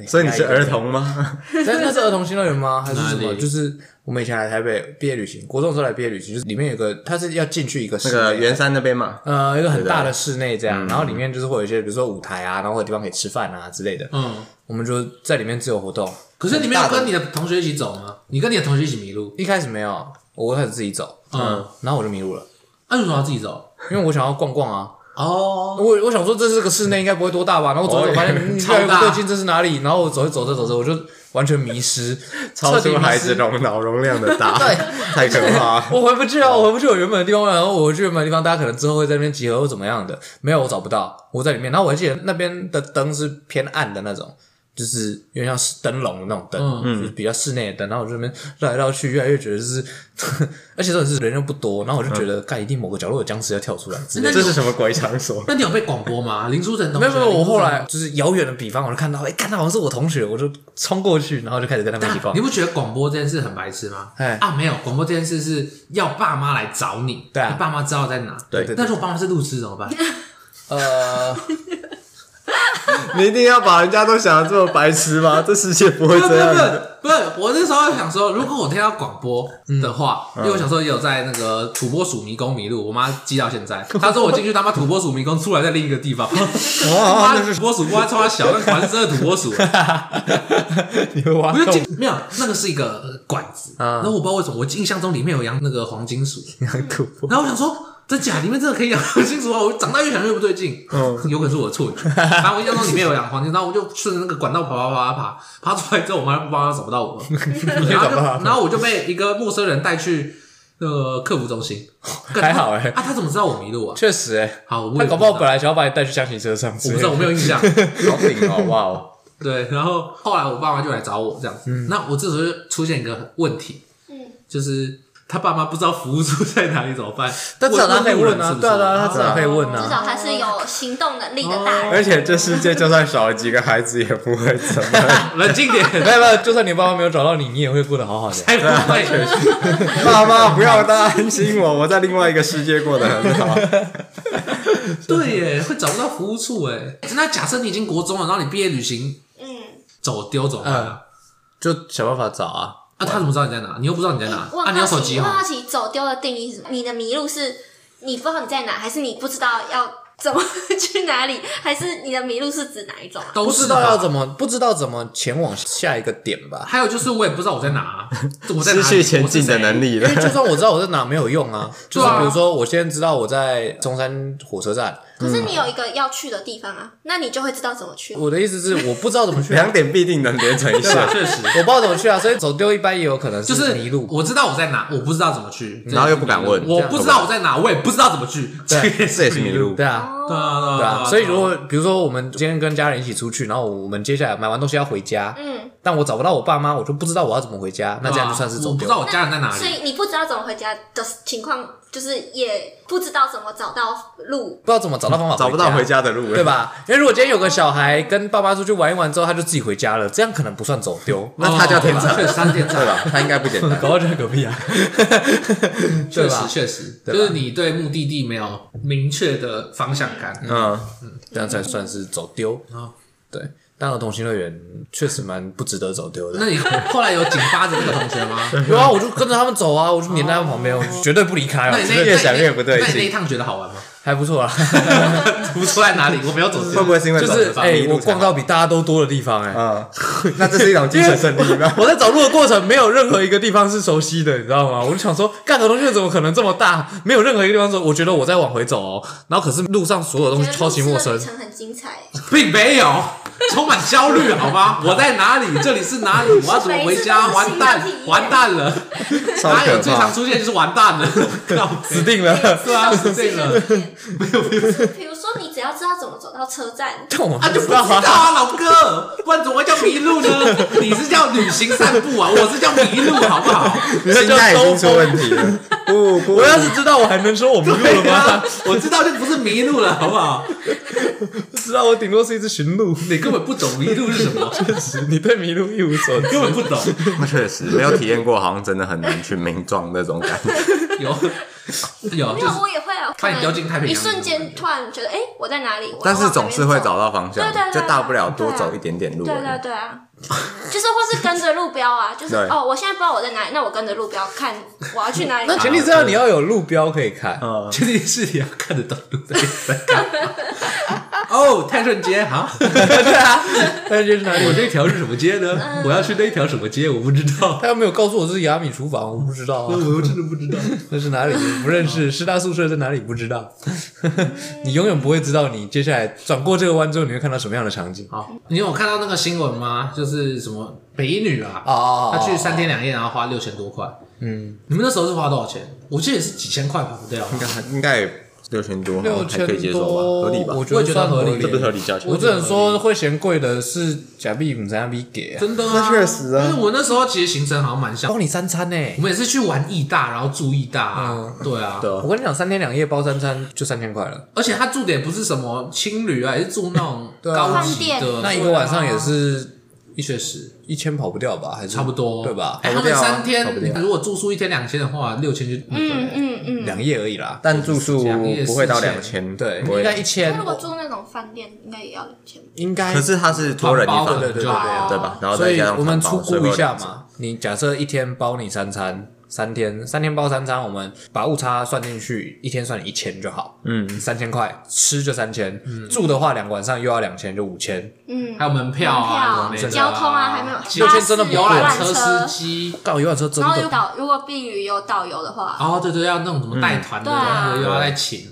Speaker 3: 所以你是儿童吗？
Speaker 2: 但是那是儿童新乐园吗？还是什
Speaker 1: 哪
Speaker 2: 么？
Speaker 1: 里
Speaker 2: 就是我们以前来台北毕业旅行，国中的时候来毕业旅行，就是里面有个，它是要进去一个室
Speaker 3: 那
Speaker 2: 内
Speaker 3: 个圆山那边嘛，
Speaker 2: 呃一个很大的室内这样，然后里面就是会有一些，比如说舞台啊，然后会有地方可以吃饭啊之类的。
Speaker 1: 嗯。
Speaker 2: 我们就在里面自由活动，
Speaker 1: 可是你没有
Speaker 2: 很大的
Speaker 1: 跟你的同学一起走吗？你跟你的同学一起迷路，
Speaker 2: 一开始没有，我开始自己走，
Speaker 1: 嗯，
Speaker 2: 然后我就迷路了，
Speaker 1: 那为什么要自己走？
Speaker 2: 因为我想要逛逛啊。
Speaker 1: 哦，
Speaker 2: 我我想说这是个室内，应该不会多大吧？然后我走一走发现嗯
Speaker 1: 超大
Speaker 2: 越来越不对劲，这是哪里？然后我走一走着走着，我就完全迷失，
Speaker 3: 超
Speaker 2: 彻底迷
Speaker 3: 出
Speaker 2: 失
Speaker 3: 孩子容脑容量的大，太可怕了。
Speaker 2: 我回不去啊！我回不去我原本的地方，然后我回去原本的地方，大家可能之后会在那边集合或怎么样的。没有，我找不到，我在里面。然后我还记得那边的灯是偏暗的那种，就是有点像是灯笼的那种灯，嗯，就是比较室内的灯。然后我就在那边绕来绕去，越来越觉得就是， 而且真的是人又不多，然后我就觉得，干、一定某个角落有僵尸要跳出来之类的。
Speaker 1: 那
Speaker 3: 这
Speaker 1: 你
Speaker 3: 是什么鬼场所？
Speaker 1: 那你有被广播吗？林书成同
Speaker 2: 没
Speaker 1: 学，
Speaker 2: 有没有，
Speaker 1: 林
Speaker 2: 我
Speaker 1: 书成
Speaker 2: 后来就是遥远的比方，我就看到，哎、看他好像是我同学，我就冲过去，然后就开始跟他们一起
Speaker 1: 但
Speaker 2: 放
Speaker 1: 你。不觉得广播这件事很白痴吗？
Speaker 2: 哎
Speaker 1: 啊，没有，广播这件事是要爸妈来找你，
Speaker 2: 对啊
Speaker 1: 你爸妈知道在哪。
Speaker 2: 对对对
Speaker 1: 但是我爸妈是路痴怎么办？
Speaker 2: 呃，
Speaker 3: 你一定要把人家都想的这么白痴吗？这世界不会
Speaker 1: 不
Speaker 3: 这
Speaker 1: 是
Speaker 3: 样
Speaker 1: 不
Speaker 3: 的。
Speaker 1: 是不是，我那时候想说，如果我听到广播的话，因为我小时候也有在那个土拨鼠迷宫迷路，我妈记到现在，她说我进去他妈土拨鼠迷宫，出来在另一个地方，妈土拨鼠，妈超小，那环生的土拨鼠，
Speaker 5: 你会挖
Speaker 1: 不是
Speaker 5: 洞
Speaker 1: 进没有那个是一个管子，然后我不知道为什么，我印象中里面有养那个黄金鼠，
Speaker 5: 养土拨，
Speaker 1: 然后我想说。真假？里面真的可以养黄金鼠啊！我长大越想越不对劲，
Speaker 2: 嗯
Speaker 1: 有可能是我的 错觉。反正我印象中里面有养黄金，然后我就顺着那个管道爬爬爬爬爬，爬出来之后，我妈不帮她找不到我了，然后就然后我就被一个陌生人带去那个客服中心，
Speaker 2: 哦
Speaker 1: 干
Speaker 5: 还好
Speaker 1: 他
Speaker 2: 哎
Speaker 5: 欸
Speaker 1: 啊，他怎么知道我迷路啊？
Speaker 2: 确实哎，
Speaker 1: 好，我也
Speaker 5: 他搞不好
Speaker 1: 知道
Speaker 5: 本来想要把你带去箱型车上之
Speaker 1: 我不
Speaker 5: 类的，
Speaker 1: 知道，我没有印 象。
Speaker 3: 好顶哦，哇哦！
Speaker 1: 对，然后后来我爸妈就来找我这样子，
Speaker 2: 嗯
Speaker 1: 那我这时候就出现一个问题，
Speaker 4: 嗯，
Speaker 1: 就是他爸妈不知道服务处在哪里怎么办？
Speaker 2: 但至少 他可以
Speaker 1: 路人
Speaker 2: 问啊
Speaker 1: 是不是
Speaker 2: 对啊对啊他至少可以问啊
Speaker 4: 至少他是有行动能力的大人。
Speaker 5: 而且这世界就算少了几个孩子也不会怎 么样。
Speaker 1: 冷静点，
Speaker 2: 没有没有，就算你爸妈没有找到你，你也会过得好好的。
Speaker 1: 才不哎会。
Speaker 3: 爸妈不要担心我，我在另外一个世界过得很好。
Speaker 1: 对耶，会找不到服务处哎。那假设你已经国中了，然后你毕业旅行
Speaker 4: 嗯，
Speaker 1: 走丢怎么办啊？
Speaker 2: 嗯就想办法找啊。
Speaker 1: 啊，他怎么知道你在哪？你又不知道你在哪？
Speaker 4: 我
Speaker 1: 啊，
Speaker 4: 很
Speaker 1: 你有手
Speaker 4: 好
Speaker 1: 机
Speaker 4: 奇，我很
Speaker 1: 哦
Speaker 4: 好。奇走丢的定义是什么？你的迷路是你不知道你在哪，还是你不知道要怎么 去哪里，还是你的迷路是指哪一种啊？
Speaker 1: 都
Speaker 2: 不
Speaker 1: 是
Speaker 2: 知道
Speaker 1: 吧
Speaker 2: 要怎么，不知道怎么前往下一个点吧。
Speaker 1: 还有就是，我也不知道我在哪 啊，我在哪
Speaker 3: 失去
Speaker 1: 里
Speaker 3: 前进的能。力
Speaker 2: 因
Speaker 3: 了
Speaker 2: 为。就算我知道我在哪，没有用啊。就是
Speaker 1: 对啊
Speaker 2: 比如说，我现在知道我在中山火车站，
Speaker 4: 可是你有一个要去的地方啊，那你就会知道怎么去。
Speaker 2: 我的意思是我不知道怎么去 啊、
Speaker 3: 两点必定能连成一
Speaker 1: 我是谁对啊
Speaker 3: 线，
Speaker 1: 确实
Speaker 2: 我不知道怎么去啊，所以走丢一般也有可能
Speaker 1: 就是
Speaker 2: 迷路。
Speaker 1: 我知道我在哪，我不知道怎么去，
Speaker 3: 然后又不敢问
Speaker 1: 我不知道我在哪，我也不知道怎么去，这
Speaker 2: 对
Speaker 3: 这也是迷路。
Speaker 2: 对啊，
Speaker 1: 对
Speaker 4: 哦，
Speaker 1: 啊，
Speaker 2: 对
Speaker 1: 对
Speaker 2: 啊，所以如果比如说我们今天跟家人一起出去，然后我们接下来买完东西要回家，
Speaker 4: 嗯，
Speaker 2: 但我找不到我爸妈，我就不知道我要怎么回家，那这样就算是
Speaker 1: 我
Speaker 2: 走
Speaker 1: 不知
Speaker 2: 丢。
Speaker 1: 道我家人在哪
Speaker 4: 所
Speaker 1: 里，
Speaker 4: 以你不知道怎么回家的情况，就是也不知道怎么找到路。
Speaker 2: 不知道怎么找到方法，
Speaker 3: 找不到回，家的路，，
Speaker 2: 啊对？吧？因为如果今天有个小孩跟爸妈出去玩一玩之后，他就自己回家了，这样可能不算走丢
Speaker 3: 那他叫天
Speaker 1: 哦
Speaker 3: 才
Speaker 1: 确，实他是天才
Speaker 3: 对吧？他应该不简单。
Speaker 2: 搞到就在隔壁啊，
Speaker 1: 确实
Speaker 2: 对吧？
Speaker 1: 确实，就
Speaker 2: 对吧
Speaker 1: 是你对目的地没有明确的方向感，
Speaker 3: 嗯，
Speaker 2: 这样才算是走丢
Speaker 1: 哦。
Speaker 2: 对，但儿童新乐园确实蛮不值得走丢的
Speaker 1: 那。你后来有紧扒着那个同学 吗？
Speaker 2: 有啊，我就跟着他们走啊，我就黏在他们旁边，我绝对不离开啊
Speaker 1: 那你，那
Speaker 2: 绝对
Speaker 1: 那
Speaker 3: 越想越不对
Speaker 1: 那你那
Speaker 3: 劲
Speaker 1: 一趟觉得好玩吗？
Speaker 2: 还不错啊。
Speaker 1: 不出来哪里？我没有走
Speaker 3: 会
Speaker 1: 丢
Speaker 3: 不。会是因为
Speaker 2: 就
Speaker 3: 走
Speaker 2: 是
Speaker 3: 路
Speaker 2: 哎、
Speaker 3: 迷
Speaker 2: 我
Speaker 3: 路才
Speaker 2: 逛
Speaker 3: 好
Speaker 2: 到比大家都多的地方哎、
Speaker 3: 嗯，那这是一种精神 胜利吗？
Speaker 2: 我在找路的过程，没有任何一个地方是熟悉的，你知道吗？我就想说，干个东西怎么可能这么大？没有任何一个地方说，我觉得我在往回走哦。然后可是路上所有东西超级陌
Speaker 4: 我
Speaker 2: 生
Speaker 4: 觉得路，上的旅程很精彩。
Speaker 1: 并没有，充满焦虑，好吗？我在哪里？这里是哪 里？我要怎么回家？
Speaker 4: 每一次都是
Speaker 1: 完
Speaker 4: 新的
Speaker 1: 蛋
Speaker 4: 体，验
Speaker 1: 完蛋了！
Speaker 3: 超
Speaker 1: 哪有
Speaker 3: 可
Speaker 1: 最
Speaker 3: 怕
Speaker 1: 常！出现就是完蛋了， 靠
Speaker 2: 死定 了。
Speaker 1: 对 啊，是这个，
Speaker 4: 没有。比如说，你只要知道怎么走到车站，
Speaker 2: 但我
Speaker 1: 啊
Speaker 2: 们
Speaker 1: 就
Speaker 2: 就
Speaker 1: 不
Speaker 2: 不
Speaker 1: 知
Speaker 2: 知道
Speaker 1: 道
Speaker 2: 啊，
Speaker 1: 啊，老哥，不然怎么会叫迷路呢？你是叫旅行散步啊，我是叫迷路，好 不好？
Speaker 3: 心态已经出问题了。不不，
Speaker 2: 我要是知道，我还能说我迷路了
Speaker 1: 对啊
Speaker 2: 吗？，
Speaker 1: 我知道就不是迷路了，好不好？
Speaker 2: 知道我顶多是一只寻路。
Speaker 1: 你根本不懂迷路是什么，
Speaker 2: 你对迷路一无所知
Speaker 1: 根，本不懂。
Speaker 3: 那确实没有体验过，好像真的很难去名状那种感 觉。
Speaker 1: 有有，
Speaker 4: 没
Speaker 1: 就
Speaker 4: 有
Speaker 1: 是
Speaker 4: 我也会啊。
Speaker 1: 把你丢进太平洋
Speaker 4: 一瞬间突然觉得，哎，我在哪里？我要
Speaker 3: 但是总是会找到方向
Speaker 4: 对对，对
Speaker 3: 就大不了
Speaker 4: 对
Speaker 3: 多
Speaker 4: 啊
Speaker 3: 走一点点路
Speaker 4: 往
Speaker 3: 而
Speaker 4: 哪
Speaker 3: 已。
Speaker 4: 边走。对对对啊，就是或是跟着路标啊，就是
Speaker 3: 对
Speaker 4: 哦，我现在不知道我在哪里，那我跟着路标看我要去哪里。
Speaker 2: 那前提是要你要有路标可以看。
Speaker 3: 嗯，
Speaker 1: 确定是你要看得到路在在干嘛？哦，泰顺街哈，
Speaker 2: 对啊，但是就是哪里
Speaker 1: 我？这条是什么街呢？我要去那条什么街？我不知道，
Speaker 2: 他又没有告诉我这是雅米厨房，我不知道啊。
Speaker 1: 我真的不知道。
Speaker 2: 那是哪里？不认识，师大宿舍在哪里？不知道。 你永远不会知道，你接下来转过这个弯之后，你会看到什么样的场景。
Speaker 1: 好，你有看到那个新闻吗？就是什么北一女啊，
Speaker 2: 哦哦哦
Speaker 1: 她去三天两夜，然后花六千多块。嗯，你们那时候是花多少钱？我记得也是几千块跑不啊掉。
Speaker 3: 应该应该也六千多，
Speaker 2: 六
Speaker 3: 还
Speaker 2: 千
Speaker 3: 可以接受吧，
Speaker 2: 多，
Speaker 3: 合理吧？
Speaker 2: 我
Speaker 1: 我也觉得
Speaker 2: 得算合
Speaker 1: 合理
Speaker 2: 理。
Speaker 1: 这不是合
Speaker 3: 理价钱
Speaker 2: 我只能说会嫌贵的是假币五三币给啊，
Speaker 1: 真的啊，
Speaker 3: 那确实啊
Speaker 1: 因为我那时候其实行程好像蛮像，
Speaker 2: 包你三餐呢。
Speaker 1: 我们也是去玩义大，然后住义大啊。对啊，
Speaker 3: 对啊
Speaker 2: 我跟你讲，三天两夜包三餐就三千块了，
Speaker 1: 而且他住的也不是什么青旅啊，也是住那种
Speaker 2: 对啊
Speaker 1: 高级
Speaker 4: 饭
Speaker 1: 的
Speaker 4: 店，
Speaker 2: 那一个晚上也是一
Speaker 1: 一学十，
Speaker 2: 一千跑不掉吧？还是
Speaker 1: 差不多，
Speaker 2: 对吧？
Speaker 1: 哎，
Speaker 3: 跑
Speaker 1: 他
Speaker 3: 不
Speaker 1: 们
Speaker 3: 掉啊
Speaker 1: 三
Speaker 3: 跑不
Speaker 1: 天，
Speaker 3: 掉
Speaker 1: 你如果住宿一天两千的话，六千就
Speaker 4: 嗯嗯嗯。
Speaker 2: 两夜而已啦。
Speaker 5: 但住宿
Speaker 1: 两夜
Speaker 5: 不会到
Speaker 1: 四
Speaker 5: 两
Speaker 1: 千
Speaker 5: 千，
Speaker 2: 对，
Speaker 5: 不会
Speaker 2: 应该一
Speaker 4: 他
Speaker 2: 千
Speaker 4: 如，果住那种饭店，应该也要两千。
Speaker 2: 应该
Speaker 3: 可是他是多人一
Speaker 1: 团包
Speaker 3: 房，
Speaker 1: 的
Speaker 2: 对对对对
Speaker 4: 哦
Speaker 3: 对吧？然后
Speaker 2: 所
Speaker 3: 再
Speaker 2: 以
Speaker 3: 加上
Speaker 2: 我们
Speaker 3: 团
Speaker 2: 出
Speaker 3: 包
Speaker 2: 估一下，嘛，你假设一天包你三餐，三天三天包三餐，我们把误差算进去，一天算你一千就好，嗯，三千块，吃就三千，住的话两个晚上又要两千，就五千，
Speaker 4: 嗯
Speaker 1: 还，有门票啊、
Speaker 4: 门
Speaker 1: 那个
Speaker 4: 票
Speaker 1: 啊
Speaker 4: 交通啊还没有
Speaker 1: 其实
Speaker 2: 巴士真的不
Speaker 1: 游览
Speaker 4: 游
Speaker 1: 车
Speaker 4: 览车
Speaker 1: 司机。
Speaker 2: 搞游览车真
Speaker 4: 然后有
Speaker 2: 的
Speaker 4: 导，如果避雨有导游的话，
Speaker 1: 哦，对对，要那种什么带团的，
Speaker 4: 嗯对啊
Speaker 1: 那个又要再请，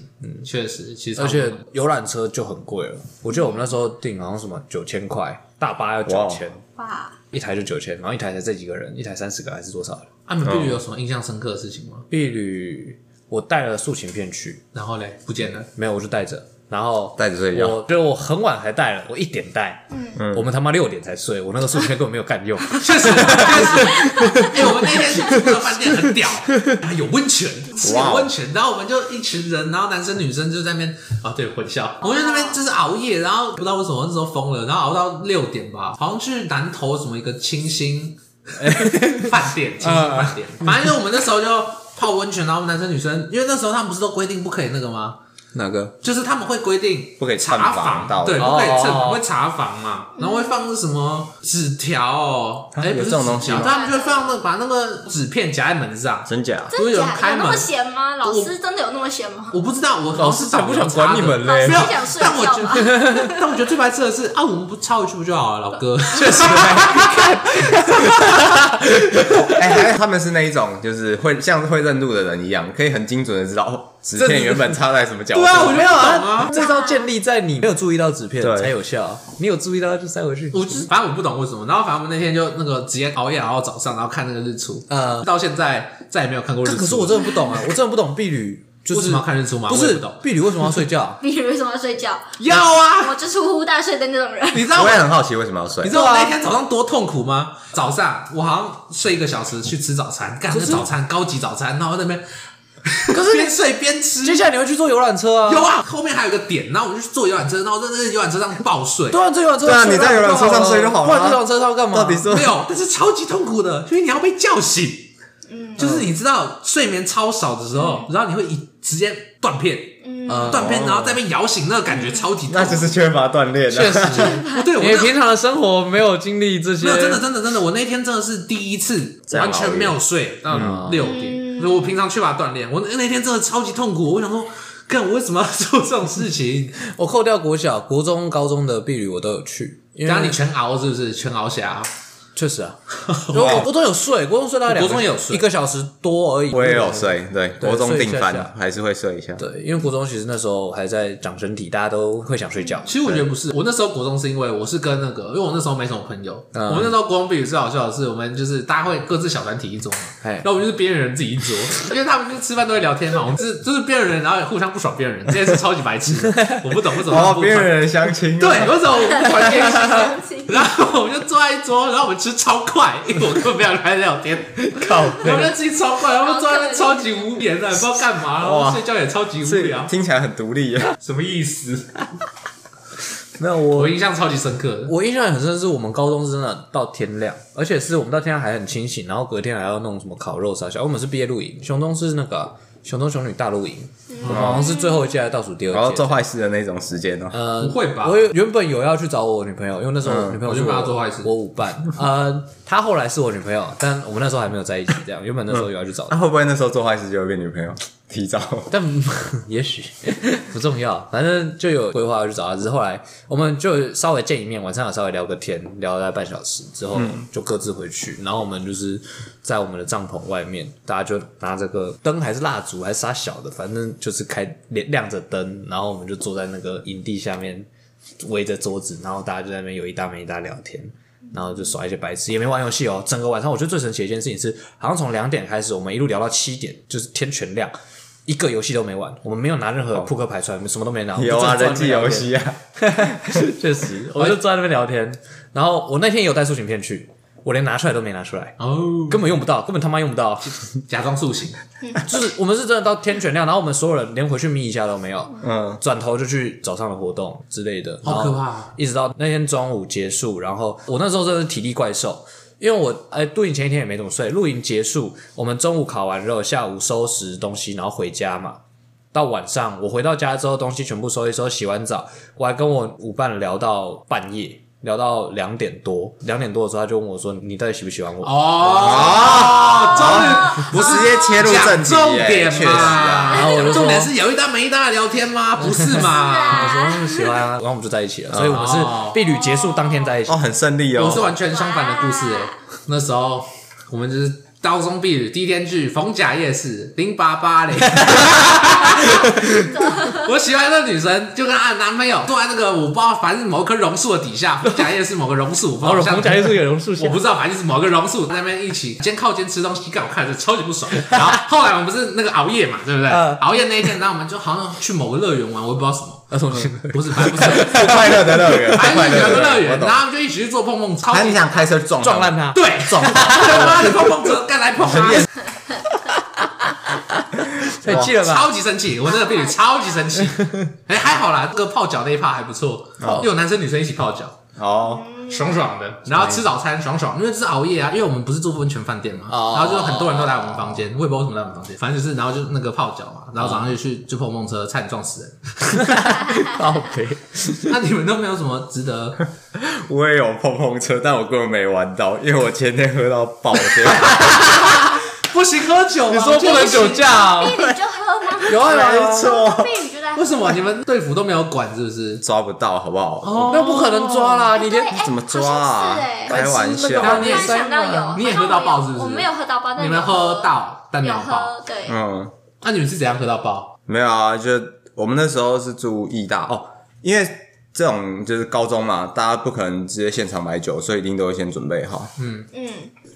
Speaker 1: 确实，其实
Speaker 2: 而且
Speaker 1: 差不多
Speaker 2: 游览车就很贵了，我记得我们那时候订好像什么九千块，大巴要九
Speaker 3: 哦
Speaker 5: 哇
Speaker 2: 千，
Speaker 4: 哇，
Speaker 2: 一台就九千，然后一台才这几个人，一台三十个还是多少人？
Speaker 1: 啊，你们避旅有什么印象深刻的事情吗？
Speaker 2: 婢女，我带了塑形片去，
Speaker 1: 然后嘞，不见了，
Speaker 2: 没有我就带着，然后
Speaker 3: 带着睡觉
Speaker 2: 我就我很晚才带了，我一点带，嗯，我们他妈六点才睡，我那个塑形片根本没有干用，
Speaker 1: 确实，确实，哎，我们那天去住的饭店很屌，啊有温泉，是有温泉，然后我们就一群人，然后男生女生就在那边啊，对，混校，我们就在那边就是熬夜，然后不知道为什么那时候疯了，然后熬到六点吧，好像去南投什么一个清新饭店，清新饭店，反正就我们那时候就泡温泉，然后男生女生，因为那时候他们不是都规定不可以那个吗？
Speaker 3: 哪个？
Speaker 1: 就是他们会规定
Speaker 5: 不可以蹭
Speaker 1: 查
Speaker 5: 防
Speaker 1: 房，
Speaker 5: 盗
Speaker 1: 对，
Speaker 5: 哦
Speaker 1: 不可以蹭，
Speaker 2: 哦哦
Speaker 1: 会查房嘛，然后会放什么纸条哦，哎，不
Speaker 3: 有
Speaker 1: 是
Speaker 3: 这种东
Speaker 1: 纸
Speaker 3: 西
Speaker 1: 条，
Speaker 3: 吗
Speaker 1: 他们就会放那把那个纸片夹在门上。
Speaker 3: 真假？
Speaker 1: 如果
Speaker 4: 真
Speaker 1: 有人
Speaker 4: 假
Speaker 1: 开
Speaker 4: 有那么
Speaker 1: 门
Speaker 4: 闲吗？老师真的有那么闲吗？
Speaker 1: 我不知道，我
Speaker 2: 老师
Speaker 3: 哦
Speaker 2: 才
Speaker 1: 找
Speaker 2: 哦不想
Speaker 1: 查
Speaker 2: 管
Speaker 1: 的
Speaker 2: 你们
Speaker 4: 老
Speaker 2: 嘞
Speaker 3: 啊
Speaker 4: 师
Speaker 1: 没有
Speaker 4: 想睡
Speaker 1: 但我
Speaker 4: 觉
Speaker 1: 觉
Speaker 4: 吧？？
Speaker 1: 但我觉得最白痴的是啊，我们不抄一句不就好了，老哥？
Speaker 3: 哎，还他们是那一种，就是会像会认路的人一样，可以很精准的知道哦，纸片原本插在什么角度。
Speaker 1: 对啊我觉得
Speaker 2: 没有
Speaker 1: 懂
Speaker 2: 啊
Speaker 1: 啊，
Speaker 2: 这招建立在你没有注意到纸片
Speaker 5: 对
Speaker 2: 才有效，啊你有注意到就塞回去。
Speaker 1: 我就是 反正我不懂为什么，然后反正我们那天就那个直接熬夜熬到早上，然后看那个日出，
Speaker 2: 呃
Speaker 1: 到现在再也没有看过日
Speaker 2: 但
Speaker 1: 出。
Speaker 2: 可是我真的不懂啊，我真的不懂婢女就
Speaker 1: 为
Speaker 2: 是
Speaker 1: 什么要看日出嘛？
Speaker 2: 不
Speaker 1: 我也
Speaker 2: 是
Speaker 1: 不懂，
Speaker 2: 婢女为什么要睡觉
Speaker 4: 你为什么要睡觉？
Speaker 1: 要啊，
Speaker 4: 我就是呼呼大睡的那种人。
Speaker 1: 你知道
Speaker 3: 我
Speaker 1: 我
Speaker 3: 也很好奇为什么要睡
Speaker 2: 啊
Speaker 1: 你。知道我那天早上多痛苦吗？早上我好像睡一个小时去吃早餐，干那
Speaker 2: 可是
Speaker 1: 早餐高级早餐，然后在那边
Speaker 2: 可是
Speaker 1: 边
Speaker 2: 你
Speaker 1: 睡边吃。
Speaker 2: 接下来你会去坐游览车啊？
Speaker 1: 有啊，后面还有一个点，然后我就去坐游览车，然后在那个游览车上爆睡。
Speaker 2: 对啊，这游览车
Speaker 3: 对啊
Speaker 2: 睡
Speaker 3: 你在游览车上睡就好了啊
Speaker 2: 不然这游览车上干嘛？啊
Speaker 3: 到底是
Speaker 1: 没有，但是超级痛苦的，因为你要被叫醒。嗯，就是你知道睡眠超少的时候，
Speaker 2: 嗯
Speaker 1: 然后你会一直接断片，
Speaker 2: 呃
Speaker 1: 断片，然后再被摇醒，那个
Speaker 2: 嗯
Speaker 1: 感觉超级痛苦。哦
Speaker 5: 那就是缺乏锻
Speaker 3: 啊
Speaker 5: 炼
Speaker 2: 确 实
Speaker 5: 了。，
Speaker 1: 对，我
Speaker 2: 你
Speaker 1: 那
Speaker 2: 平常的生活没有经历这些，
Speaker 1: 没有，真的，真的，真的，我那天真的是第一次
Speaker 5: 样嗯
Speaker 1: 完全没有睡到六点，所以我平常缺乏锻炼，我那那天真的超级痛苦，我想说，干我为什么要做这种事 情？
Speaker 2: 我扣掉国小、国中、高中的避旅我都有去，因
Speaker 1: 然后
Speaker 2: 为
Speaker 1: 你全熬是不是？全熬下，
Speaker 2: 确实啊，我国中有睡，国中睡到两个，
Speaker 1: 我国中也有睡
Speaker 2: 一个小时多而已。
Speaker 5: 我也有睡，对，
Speaker 2: 对
Speaker 5: 国中
Speaker 2: 睡一
Speaker 5: 定
Speaker 2: 下下
Speaker 5: 番还是会睡一下。
Speaker 2: 对，因为国中其实那时候还在长身体，大家都会想睡觉。
Speaker 1: 其实我觉得不是，我那时候国中是因为我是跟那个，因为我那时候没什么朋友，
Speaker 2: 嗯
Speaker 1: 我们那时候国中毕业最好笑的是，我们就是大家会各自小团体一桌嘛，
Speaker 2: 嘿
Speaker 1: 然后我们就是边缘人自己一 桌，因为他们就吃饭都会聊天嘛，我们就是就是边缘人，然后也互相不爽边缘人，这件事超级白痴的， 我不懂为什么他们
Speaker 5: 哦，
Speaker 1: 不
Speaker 5: 边
Speaker 1: 团
Speaker 5: 缘人相亲啊，
Speaker 1: 对，为什么我不 团结一起呢？
Speaker 4: 对
Speaker 1: 然后我们就坐在一桌，然后我们吃超快，因为我根本不想跟他聊天， 我
Speaker 5: 靠
Speaker 1: 们
Speaker 5: 背，
Speaker 1: 就吃超快，然后坐在那边超级无眠的，也不知道干嘛，然后
Speaker 5: 哇
Speaker 1: 睡觉也超级无
Speaker 5: 是
Speaker 3: 啊
Speaker 1: 聊，
Speaker 5: 听起来很独立耶。
Speaker 1: 什么意思？
Speaker 2: 没有
Speaker 1: 我
Speaker 2: 我，
Speaker 1: 印象超级深刻的，
Speaker 2: 我印象很深是我们高中是真的到天亮，而且是我们到天亮还很清醒，然后隔天还要弄什么烤肉啥小。我们是毕业露营，熊中是那个啊熊中熊女大露营，我们好像是最后一届还是倒数第二届。
Speaker 5: 然后做坏事的那种时间哦，
Speaker 2: 呃，
Speaker 1: 不会吧嗯
Speaker 2: 我原本有要去找我女朋友，因为那时候我女朋友是
Speaker 1: 我就
Speaker 2: 我
Speaker 1: 帮她做坏事
Speaker 2: 我舞 伴。呃，她后来是我女朋友，但我们那时候还没有在一起，这样原本那时候有要去找
Speaker 5: 那
Speaker 1: 嗯
Speaker 2: 她，
Speaker 5: 会不会那时候做坏事就会变女朋友？ 提早
Speaker 2: 但也许不重要，反正就有规划要去找她。只是后来我们就稍微见一面，晚上有稍微聊个天，聊了大概半小时之后
Speaker 1: 嗯
Speaker 2: 就各自回去，然后我们就是在我们的帐篷外面，大家就拿这个灯还是蜡烛还是啥小的，反正就是开亮亮着灯，然后我们就坐在那个营地下面。围着桌子，然后大家就在那边有一搭没一搭聊天，然后就耍一些白痴，也没玩游戏哦。整个晚上，我觉得最神奇的一件事情是，好像从两点开始，我们一路聊到七点，就是天全亮，一个游戏都没玩，我们没有拿任何扑克牌出来，我们什么都没拿。我们就
Speaker 5: 哦有啊，
Speaker 2: 坐在
Speaker 5: 人
Speaker 2: 那边
Speaker 5: 际
Speaker 2: 聊
Speaker 5: 游
Speaker 2: 天，
Speaker 5: 戏啊，
Speaker 2: 确实，我就坐在那边聊天。然后我那天有带抒情片去，我连拿出来都没拿出来，
Speaker 1: 哦，
Speaker 2: 根本用不到，根本他妈用不到。
Speaker 1: 假装塑形，
Speaker 2: 就是我们是真的到天全亮，然后我们所有人连回去眯一下都没有，
Speaker 5: 嗯，
Speaker 2: 转头就去早上的活动之类的，
Speaker 1: 好可怕
Speaker 2: 然后
Speaker 1: 啊
Speaker 2: 一直到那天中午结束，然后我那时候真的是体力怪兽，因为我哎露营前一天也没怎么睡，露营结束，我们中午烤完肉，下午收拾东西，然后回家嘛。到晚上，我回到家之后，东西全部收一收，洗完澡，我还跟我舞伴聊到半夜，聊到两点多。两点多的时候，他就问我说：“你到底喜不喜欢我？”
Speaker 1: 哦，终于
Speaker 5: 啊不直接切入正
Speaker 1: 讲
Speaker 5: 题
Speaker 1: 重
Speaker 5: 耶，
Speaker 1: 点
Speaker 5: 确实啊，
Speaker 1: 嘛，
Speaker 2: 然后我就说
Speaker 1: 重点是有一搭没一搭的聊天吗？不是 嘛？
Speaker 2: 我说
Speaker 4: 啊，
Speaker 2: 嗯喜欢啊，然后我们就在一起了，所以我们是避旅结束当天在一起
Speaker 5: 哦，。很顺利
Speaker 1: 我是
Speaker 5: 哦，
Speaker 1: 完全相反的故事哎、
Speaker 4: 哇
Speaker 1: 那时候我们就是刀中避雨，第一天去逢甲夜市零八八零，我喜欢那女生就跟她的男朋友坐在那个我不知道，反正某棵榕树的底下，逢甲夜市某个榕树，
Speaker 5: 哦
Speaker 2: 然后
Speaker 1: 像
Speaker 2: 红甲就是有榕树下
Speaker 1: 我，不知道，反正就是某个榕树在那边一起肩靠肩吃东西，干我看着超级不爽。然后后来我们不是那个熬夜嘛，对不对？
Speaker 2: 嗯
Speaker 1: 熬夜那一天，然后我们就好像去某个乐园玩，我也不知道什么，
Speaker 2: 啊什么什么
Speaker 1: 不是，反正不是，
Speaker 5: 不快乐的乐园，不
Speaker 1: 反
Speaker 5: 快
Speaker 1: 正就是
Speaker 5: 乐
Speaker 1: 有个
Speaker 5: 的
Speaker 1: 乐
Speaker 5: 我
Speaker 1: 园，
Speaker 5: 懂
Speaker 1: 然后他们就一起去做碰碰，超
Speaker 3: 还
Speaker 1: 级
Speaker 3: 是想开车撞
Speaker 2: 撞烂
Speaker 3: 他？
Speaker 2: 他，
Speaker 1: 对，
Speaker 3: 撞他，
Speaker 1: 他妈的碰碰车干来碰啊，
Speaker 2: 太气了吧？
Speaker 1: 超级生气，我那个病女超级生 气。哎，还好啦，这个泡脚那一趴还不错，
Speaker 2: 哦
Speaker 1: 又有男生女生一起泡脚，
Speaker 5: 哦，
Speaker 1: 爽爽的。然后吃早餐爽爽，因为这是熬夜啊，因为我们不是住温泉饭店嘛，
Speaker 2: 哦
Speaker 1: 然后就很多人都来我们房间，我也不知道为什么来我们房间，反正就是然后就那个泡脚嘛，然后早上就
Speaker 2: 嗯
Speaker 1: 去就碰碰车，差点撞死人。
Speaker 2: 好赔，
Speaker 1: 那你们都没有什么值 得
Speaker 5: 我也有碰碰车，但我根本没玩到，因为我前天喝到爆掉。
Speaker 1: 不行喝酒吗？
Speaker 2: 你说不能酒驾啊？
Speaker 4: 避女就喝吗？
Speaker 2: 有啊有啊有
Speaker 5: 没
Speaker 2: 啊，
Speaker 5: 错，
Speaker 4: 避女就在喝
Speaker 1: 为什么你们队服都没有管？是不是？
Speaker 5: 抓不到，好不好？
Speaker 1: 哦
Speaker 2: 那不可能抓啦！你
Speaker 4: 对
Speaker 2: 连
Speaker 4: 哎
Speaker 5: 怎么抓
Speaker 4: 好像
Speaker 5: 啊
Speaker 4: 是？哎
Speaker 5: 开玩
Speaker 2: 白痴那
Speaker 5: 笑
Speaker 2: 个，
Speaker 4: 突然想到有，
Speaker 1: 你也喝到爆是不是
Speaker 4: 我没有喝到爆，但
Speaker 1: 你们
Speaker 4: 有
Speaker 1: 喝到但没
Speaker 4: 有
Speaker 1: 有爆
Speaker 4: 喝，对，
Speaker 5: 嗯，
Speaker 1: 那啊你们是怎样喝到爆？
Speaker 5: 没有啊，就我们那时候是住义大哦，因为这种就是高中嘛，大家不可能直接现场买酒，所以一定都会先准备好。
Speaker 4: 嗯，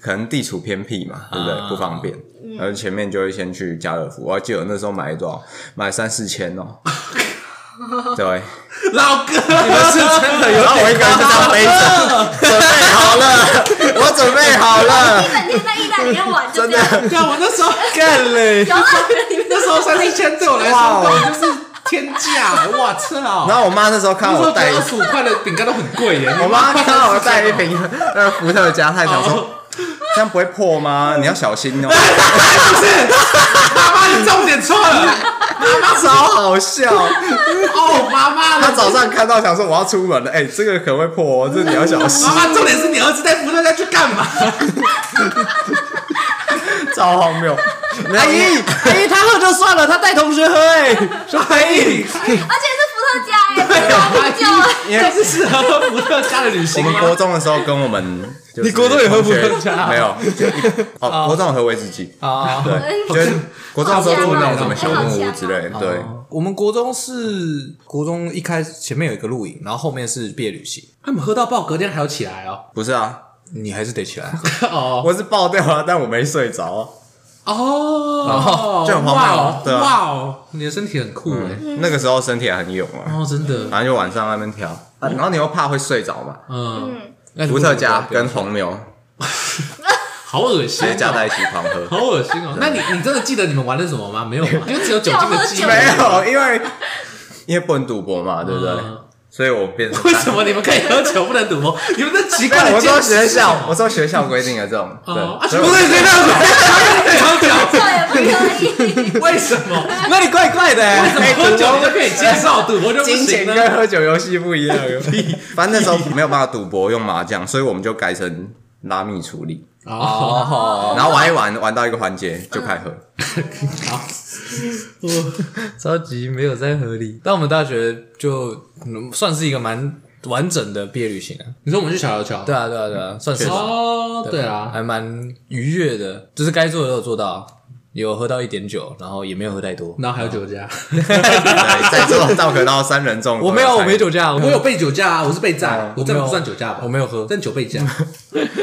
Speaker 5: 可能地处偏僻嘛，对不对？
Speaker 1: 啊
Speaker 5: 不方便，然后前面就会先去家乐福。我还记得我那时候买多少，买三四千 哦。对，
Speaker 1: 老哥，你们是真的
Speaker 5: 然后我一个人就这样背着，准备好了，我准备好了，
Speaker 4: 一整天在意大利面玩，就
Speaker 5: 真
Speaker 4: 这样
Speaker 5: 的
Speaker 1: 对啊，我那时候
Speaker 5: 干嘞！
Speaker 4: 游乐园里面
Speaker 1: 那时候三四千对我来
Speaker 5: 哇
Speaker 1: 说
Speaker 5: 哦
Speaker 1: 根本就是天价，我操！
Speaker 5: 然后我妈那时候看
Speaker 1: 那时
Speaker 5: 我
Speaker 1: 候觉
Speaker 5: 带
Speaker 1: 得，二十五块的饼干都很贵耶，
Speaker 5: 我妈看到我带一
Speaker 1: 你
Speaker 5: 瓶那个伏特加，她也想 说这样不会破吗？你要小心哦。
Speaker 1: 妈妈你重点错 了，
Speaker 5: 超好笑，
Speaker 1: 哦，妈妈
Speaker 5: 她
Speaker 1: 了。
Speaker 5: 早上看到想说我要出门了，哎，这个可能会破哦，这你要小心
Speaker 1: 妈。妈，重点是你儿子带伏特加去干嘛？
Speaker 5: 超荒谬。阿
Speaker 2: 阿
Speaker 5: 姨，
Speaker 2: 姨哎他喝就算了，他带同学喝哎， 说阿姨，
Speaker 4: 而且是伏特加哎，对啊，啤酒
Speaker 5: 因为
Speaker 1: 这是适合喝伏特加的旅
Speaker 5: 我
Speaker 1: 行
Speaker 5: 们
Speaker 1: 吗？
Speaker 5: 国中的时候跟我们，就是
Speaker 2: 你国中也喝伏特加啊
Speaker 5: 同学没有？就一哦，国中有喝威士忌，
Speaker 1: 哦
Speaker 2: 啊，
Speaker 5: 对，就是国中的时候住那种什么小木屋之
Speaker 2: 哎
Speaker 5: 类的，对。
Speaker 2: 我们国中是国中一开始前面有一个露营，然后后面是毕业旅行，
Speaker 1: 他们喝到爆，隔天还要起来哦。
Speaker 5: 不是啊，
Speaker 2: 你还是得起来。啊
Speaker 1: 哦
Speaker 5: 我是爆掉了，但我没睡着啊。
Speaker 1: 哦，
Speaker 5: 就很荒
Speaker 1: 哇
Speaker 5: 谬
Speaker 1: 哦
Speaker 5: 对啊
Speaker 1: 哇哦，你的身体很酷哎。
Speaker 5: 那个时候身体还很勇啊，
Speaker 1: 哦，真的，
Speaker 5: 反正就晚上在那边调，啊然后你又怕会睡着嘛。
Speaker 1: 嗯，
Speaker 2: 那
Speaker 5: 伏特加跟红牛
Speaker 1: 好恶心
Speaker 5: 直接
Speaker 1: 哦，
Speaker 5: 加在一起狂喝。
Speaker 1: 好恶心哦。那你你真的记得你们玩了什么吗？没有 吗？因为只有酒精的记忆。
Speaker 5: 没有，因为因为不能赌博嘛，对不对
Speaker 1: 嗯？
Speaker 5: 所以我变成
Speaker 1: 为什么你们可以喝酒不能赌 博？你们这奇怪
Speaker 5: 但
Speaker 1: 的
Speaker 5: 我
Speaker 1: 坚
Speaker 5: 说
Speaker 1: 持是
Speaker 5: 学
Speaker 1: 什
Speaker 5: 校，
Speaker 1: 么
Speaker 5: 我说学校规定的这种，
Speaker 1: 哦啊，
Speaker 5: 对，
Speaker 1: 不
Speaker 5: 所以
Speaker 1: 对，谁
Speaker 5: 我
Speaker 1: 让酒？
Speaker 4: 酒也不 可以，
Speaker 1: 为什么？
Speaker 2: 那你怪怪的
Speaker 1: 为什么 喝酒就可以接受，赌博就不
Speaker 5: 欸哎金钱
Speaker 1: 行呢？
Speaker 5: 跟喝酒游戏不一样哟。反正那时候没有办法赌博用麻将，所以我们就改成拉密处理。
Speaker 1: 哦，
Speaker 2: 哦，
Speaker 5: 然后玩一玩，玩到一个环节就开 喝。
Speaker 2: 超级没有在合理。但我们大学就嗯算是一个蛮完整的毕业旅行啊。
Speaker 1: 你说我们去小琉球？
Speaker 2: 对啊，对啊，对啊，算是吧
Speaker 1: 哦，对
Speaker 2: 啊，
Speaker 1: 啊，
Speaker 2: 还蛮愉悦的，就是该做的都有做到，有喝到一点酒，然后也没有喝太多。
Speaker 1: 然后还有酒驾，
Speaker 5: 对，在这种道可到三人众，
Speaker 2: 我没有，我没，酒驾，我
Speaker 1: 我有，被酒驾啊，我是被炸
Speaker 5: 嗯，
Speaker 1: 我这不算酒驾吧？
Speaker 2: 我没有喝。
Speaker 1: 但酒被驾，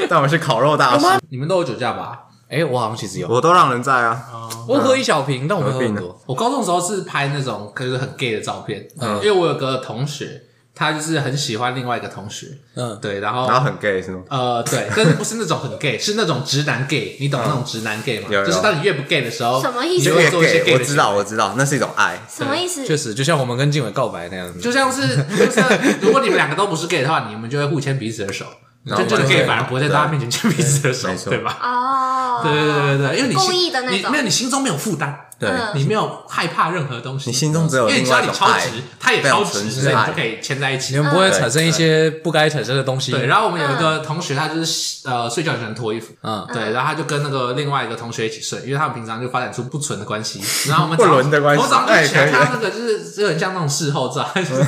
Speaker 5: 但我是烤肉大师，
Speaker 1: 你们都有酒驾吧？
Speaker 2: 哎，我好像其实有，
Speaker 5: 我都让人在
Speaker 1: 哦
Speaker 5: 啊。
Speaker 2: 我喝一小瓶，但我没喝很
Speaker 5: 何必
Speaker 2: 多。
Speaker 1: 嗯我高中的时候是拍那种就是很 gay 的照片，因为我有个同学，他就是很喜欢另外一个同学，
Speaker 2: 嗯，
Speaker 1: 对，然后
Speaker 5: 然后很 gay 是吗？
Speaker 1: 呃，对， 但是不是那种很 gay，是那种直男 gay，你懂那种直男 gay 吗？
Speaker 5: 嗯有有
Speaker 1: 就是当你越不 gay 的时候，
Speaker 4: 什么意思
Speaker 1: 你就会
Speaker 5: 越
Speaker 1: 做一些
Speaker 5: gay，
Speaker 1: gay
Speaker 5: 我
Speaker 1: 的
Speaker 5: 知
Speaker 1: 事。
Speaker 5: 道我知道，那是一种爱。
Speaker 4: 什么意思？
Speaker 2: 确实，就像我们跟静伟告白那样子，
Speaker 1: 就像是，就是如果你们两个都不是 gay 的话，你们就会互牵彼此的手，
Speaker 5: 然
Speaker 1: 就这个
Speaker 5: 后完全
Speaker 1: gay 反而不会在大家面前牵彼此的手
Speaker 5: 没，错
Speaker 1: 对吧？
Speaker 4: 哦，
Speaker 1: 对对对对对，因为你心
Speaker 4: 故意的那
Speaker 1: 你
Speaker 4: 种
Speaker 1: 没有，你心中没有负担，
Speaker 5: 对，
Speaker 4: 嗯
Speaker 1: 你没有害怕任何东西，
Speaker 5: 你心中只有
Speaker 1: 因为你
Speaker 5: 另
Speaker 1: 知道
Speaker 5: 外一
Speaker 1: 你
Speaker 5: 种
Speaker 1: 超
Speaker 5: 爱
Speaker 1: 直，，他也
Speaker 5: 非常
Speaker 1: 超
Speaker 5: 纯
Speaker 1: 直，
Speaker 5: 粹
Speaker 1: 所以
Speaker 5: 的
Speaker 1: 你
Speaker 5: 爱
Speaker 1: 就可以牵在一起
Speaker 2: 你。们不会
Speaker 5: 对
Speaker 2: 产生一些不该产生的东西。
Speaker 1: 对，然后我们有一个同学，他就是呃睡觉喜欢脱衣服，
Speaker 2: 嗯
Speaker 1: 对，然后他就跟那个另外一个同学一起睡，因为他们平常就发展出不纯的关 系，然后我们
Speaker 5: 不
Speaker 1: 早
Speaker 5: 伦的关系
Speaker 1: 我早上就起来
Speaker 5: 哎可以嗯
Speaker 1: 看到那个就是就很像那种事后照，就是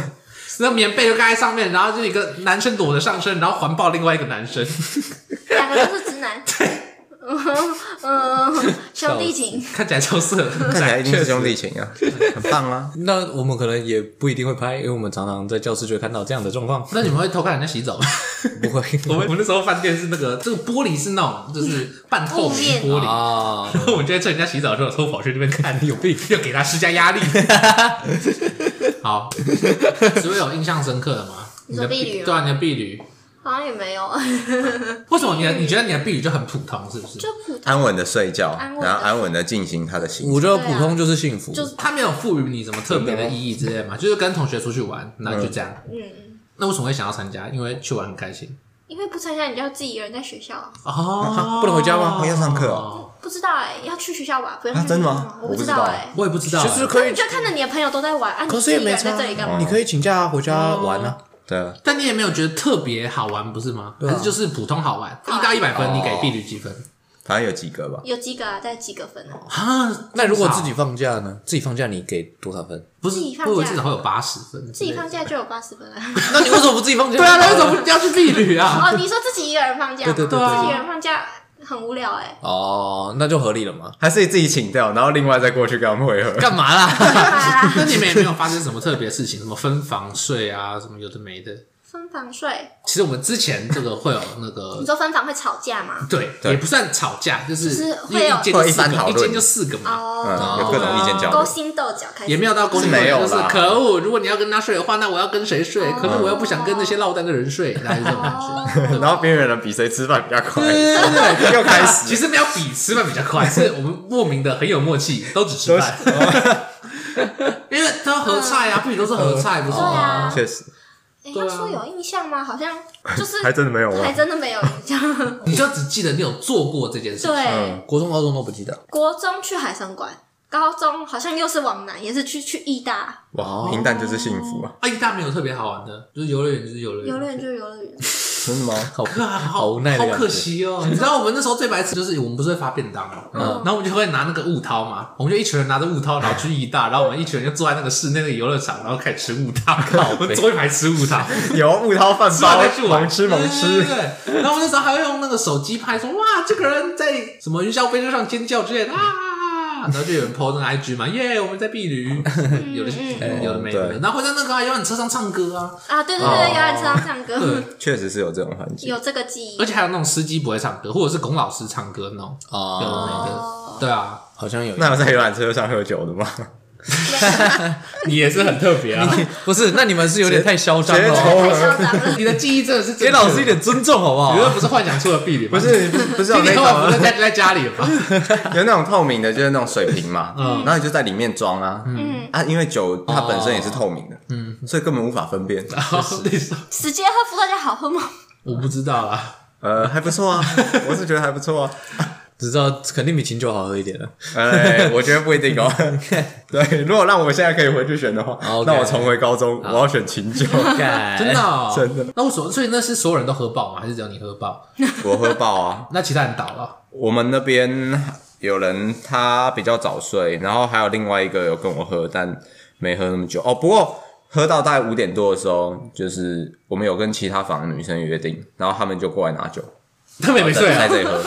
Speaker 1: 那棉被就盖在上面，然后就一个男生裸着上身，然后环抱另外一个男生，
Speaker 4: 两个都是直男。 嗯嗯，兄弟情，
Speaker 1: 看起来超色的，
Speaker 5: 看起来一定
Speaker 1: 确
Speaker 5: 是
Speaker 1: 实
Speaker 5: 兄弟情啊，很棒啊！
Speaker 2: 那我们可能也不一定会拍，因为我们常常在教室就会看到这样的状况。
Speaker 1: 那你们会偷看人家洗澡吗？
Speaker 2: 不会，
Speaker 1: 我们我们那时候饭店是那个这个玻璃是那种就是半透明玻
Speaker 5: 哦
Speaker 1: 璃，
Speaker 2: 啊，
Speaker 1: 然 后我们就在趁人家洗澡的时候偷跑去那边看，
Speaker 2: 有病！
Speaker 1: 要给他施加 压力。好，只会有印象深刻的吗？
Speaker 4: 你
Speaker 1: 你
Speaker 4: 说
Speaker 1: 的
Speaker 4: 婢女吗
Speaker 1: 对啊，你的婢女，
Speaker 4: 好像也没有，
Speaker 1: 为什么你的你觉得你的婢女就很普通，是不是？
Speaker 4: 就普
Speaker 5: 安稳的睡觉
Speaker 4: 安稳，地
Speaker 5: 然后安稳的进行他的行
Speaker 2: 我
Speaker 5: 程。
Speaker 2: 觉得普通就是幸福，
Speaker 4: 就是
Speaker 1: 她没有赋予你什么特别的意义之类嘛，就是跟同学出去玩，然后就这样。
Speaker 4: 嗯，
Speaker 1: 那为什么会想要参加？因为去玩很开心
Speaker 4: 因为不参加你就要自己一个人在学校啊，
Speaker 1: 哦，
Speaker 2: 不能回家吗
Speaker 5: 哦要上课
Speaker 1: 哦，
Speaker 4: 不知道哎，要去学校玩，不用
Speaker 5: 啊
Speaker 4: 去
Speaker 5: 真的
Speaker 4: 学校
Speaker 5: 吗
Speaker 4: 玩
Speaker 5: 我
Speaker 4: 我
Speaker 5: 不
Speaker 4: 知
Speaker 5: 知道
Speaker 4: 哎，
Speaker 1: 我也不知道
Speaker 2: 其
Speaker 1: 欸，
Speaker 2: 实可以
Speaker 4: 你，就看着你的朋友都在玩，啊，你
Speaker 2: 可
Speaker 4: 自
Speaker 2: 是也
Speaker 4: 己一个
Speaker 2: 没
Speaker 4: 人
Speaker 2: 差
Speaker 4: 在这里干
Speaker 2: 啊，
Speaker 4: 嘛？
Speaker 2: 你可以请假回家玩啊。
Speaker 5: 对，
Speaker 1: 但你也没有觉得特别好玩，不是吗？
Speaker 2: 对啊哦
Speaker 1: 还是就是普通好玩，
Speaker 4: 好玩啊
Speaker 1: 一到一百分，你给婢女几分？
Speaker 5: 反正有几个吧。
Speaker 4: 有几个啊？在几个分啊？
Speaker 1: 啊，
Speaker 2: 那如果自
Speaker 1: 这么
Speaker 2: 己放假呢？自己放假你给多少分？
Speaker 1: 少不是，
Speaker 4: 自己放假
Speaker 1: 我以为至少会有八十分，
Speaker 4: 自己放。假就有八十分了。
Speaker 2: 那你为什么不自己放假？
Speaker 1: 对啊，那为什么不要去婢女啊？
Speaker 4: 哦，你说自己一个人放假吗，
Speaker 2: 对对
Speaker 1: 对
Speaker 2: 对
Speaker 1: 对
Speaker 4: 自己一个人放假很无聊哎，
Speaker 2: 哦，那就合理了嘛。
Speaker 5: 还是你自己请掉，然后另外再过去跟他们会合。
Speaker 2: 干嘛啦？
Speaker 4: 干嘛啦？
Speaker 1: 那你们也没有发生什么特别的事情，什么分房睡啊，什么有的没的。
Speaker 4: 分房睡，
Speaker 1: 其实我们之前这个会有那
Speaker 4: 你
Speaker 1: 个，
Speaker 4: 说分房会吵架吗？
Speaker 1: 对，
Speaker 5: 对
Speaker 1: 也不算吵架，就是
Speaker 4: 是
Speaker 1: 因
Speaker 4: 会
Speaker 1: 为
Speaker 4: 有
Speaker 1: 一间就
Speaker 5: 会有一
Speaker 1: 四
Speaker 5: 番
Speaker 1: 个，
Speaker 5: 讨
Speaker 1: 一
Speaker 5: 论
Speaker 1: 间就四个嘛，
Speaker 4: 哦，
Speaker 5: 嗯，有各种意见交
Speaker 4: 勾
Speaker 5: 流。
Speaker 4: 心斗角开始，
Speaker 1: 也没有到公里
Speaker 5: 是没有
Speaker 1: 就是
Speaker 5: 啦
Speaker 1: 可恶，如果你要跟他睡的话，那我要跟谁睡？可是我又不想跟那些落单的人睡，那就这种感
Speaker 4: 哦
Speaker 1: 觉。
Speaker 5: 然后边缘人比谁吃饭比较快，
Speaker 1: 对对对对，
Speaker 5: 又开始
Speaker 1: 其实没有比吃饭比较快，是我们莫名的很有默契，都只吃饭， 因为都合菜啊，不许都是合菜，不是
Speaker 4: 对啊
Speaker 1: 吗？
Speaker 5: 确实
Speaker 4: 哎，
Speaker 1: 对啊
Speaker 4: 要说有印象吗？好像就是
Speaker 5: 还真的没有啊吗
Speaker 4: 还？真的没有印 象。
Speaker 1: 你就只记得你有做过这件事情。
Speaker 4: 对，
Speaker 2: 国中、高中都不记得。
Speaker 4: 国中去海参馆，高中好像又是往南，也是去去义大
Speaker 5: 哇，平淡就是幸福啊！
Speaker 1: 啊，意大没有特别好玩的，就是游乐园就是游乐园。
Speaker 4: 游乐园，就是游乐园。
Speaker 5: 真的吗？
Speaker 2: 好，
Speaker 1: 啊，好
Speaker 2: 好无奈的感觉
Speaker 1: 好可惜 哦。你知道我们那时候最白痴就是我们不是会发便当吗？
Speaker 2: 嗯
Speaker 1: 然后我们就会拿那个雾涛嘛，我们就一群人拿着雾涛，然后去意大，然后我们一群人就坐在那个室内的游乐场，然后开始吃雾涛，我们坐一排吃雾 涛，
Speaker 5: 有雾涛饭
Speaker 1: 吃完
Speaker 5: 包
Speaker 1: 再去，玩，
Speaker 5: 猛吃猛
Speaker 1: 对
Speaker 5: 吃。
Speaker 1: 对对。然后我们那时候还会用那个手机拍说，哇，这个人在什么云霄飞车上尖叫之类的啊，然后就有人 po 那个 IG 嘛，耶，我们在避 驴，有的
Speaker 5: 嗯
Speaker 1: 有的没的
Speaker 5: 对，
Speaker 1: 然后会在那个啊游览车上唱歌啊，
Speaker 4: 啊，对对对，游览车上唱
Speaker 1: 对
Speaker 4: 歌，
Speaker 5: 确实是有这种环境
Speaker 4: 有，这个记忆
Speaker 1: 而。且还有那种司机不会唱歌，或者是龚老师唱歌那种，有的
Speaker 2: 哦，
Speaker 1: 没
Speaker 4: 哦
Speaker 1: 的，对啊，
Speaker 2: 好像有。
Speaker 5: 那有在游览车上喝酒的吗？
Speaker 1: 你也是很特别啊，
Speaker 2: 不是，那你们是有点太嚣张
Speaker 5: 直接
Speaker 4: 真
Speaker 2: 了
Speaker 4: 的
Speaker 5: 抽，
Speaker 4: 太嚣张了，
Speaker 1: 你的记忆真 的是
Speaker 2: 给
Speaker 1: 给
Speaker 2: 老师一，点尊重好不
Speaker 1: 你又
Speaker 2: 好？
Speaker 1: 不是幻想出的婢女，
Speaker 5: 不，是，不是
Speaker 1: 婢
Speaker 5: 有啊
Speaker 1: 女
Speaker 5: 那
Speaker 1: 根本不在
Speaker 5: 种
Speaker 1: 家就在家里了 吧？
Speaker 5: 有那种透明的，就是那种水瓶嘛，然后你就在里面装啊，
Speaker 4: 嗯，
Speaker 5: 啊，因为酒它本身也是透明的，嗯，所以根本无法分 辨。
Speaker 1: 然后那时候
Speaker 4: 直接喝伏特加好喝吗？
Speaker 1: 我不知道啦。
Speaker 5: 呃，还不错 啊，我是觉得还不错啊。
Speaker 2: 只知道肯定比琴酒好喝一点了。
Speaker 5: 哎，我觉得不一定哦。 哦对，如果让我现在可以回去选的话
Speaker 2: OK
Speaker 5: 那我重回高中，我要选琴酒。
Speaker 1: 真的、
Speaker 2: 啊
Speaker 1: 哦，
Speaker 5: 哎真的。
Speaker 1: 那我所所以那是所有人都喝爆吗？还是只有你喝爆？
Speaker 5: 我喝爆啊！
Speaker 1: 那其他人倒了，
Speaker 5: 我们那边有人他比较早睡，然后还有另外一个有跟我喝，但没喝那么久哦。不过喝到大概五点多的时候，就是我们有跟其他房的女生约定，然后他们就过来拿酒，
Speaker 1: 他们也没睡
Speaker 5: 在
Speaker 1: 啊，
Speaker 5: 这里喝。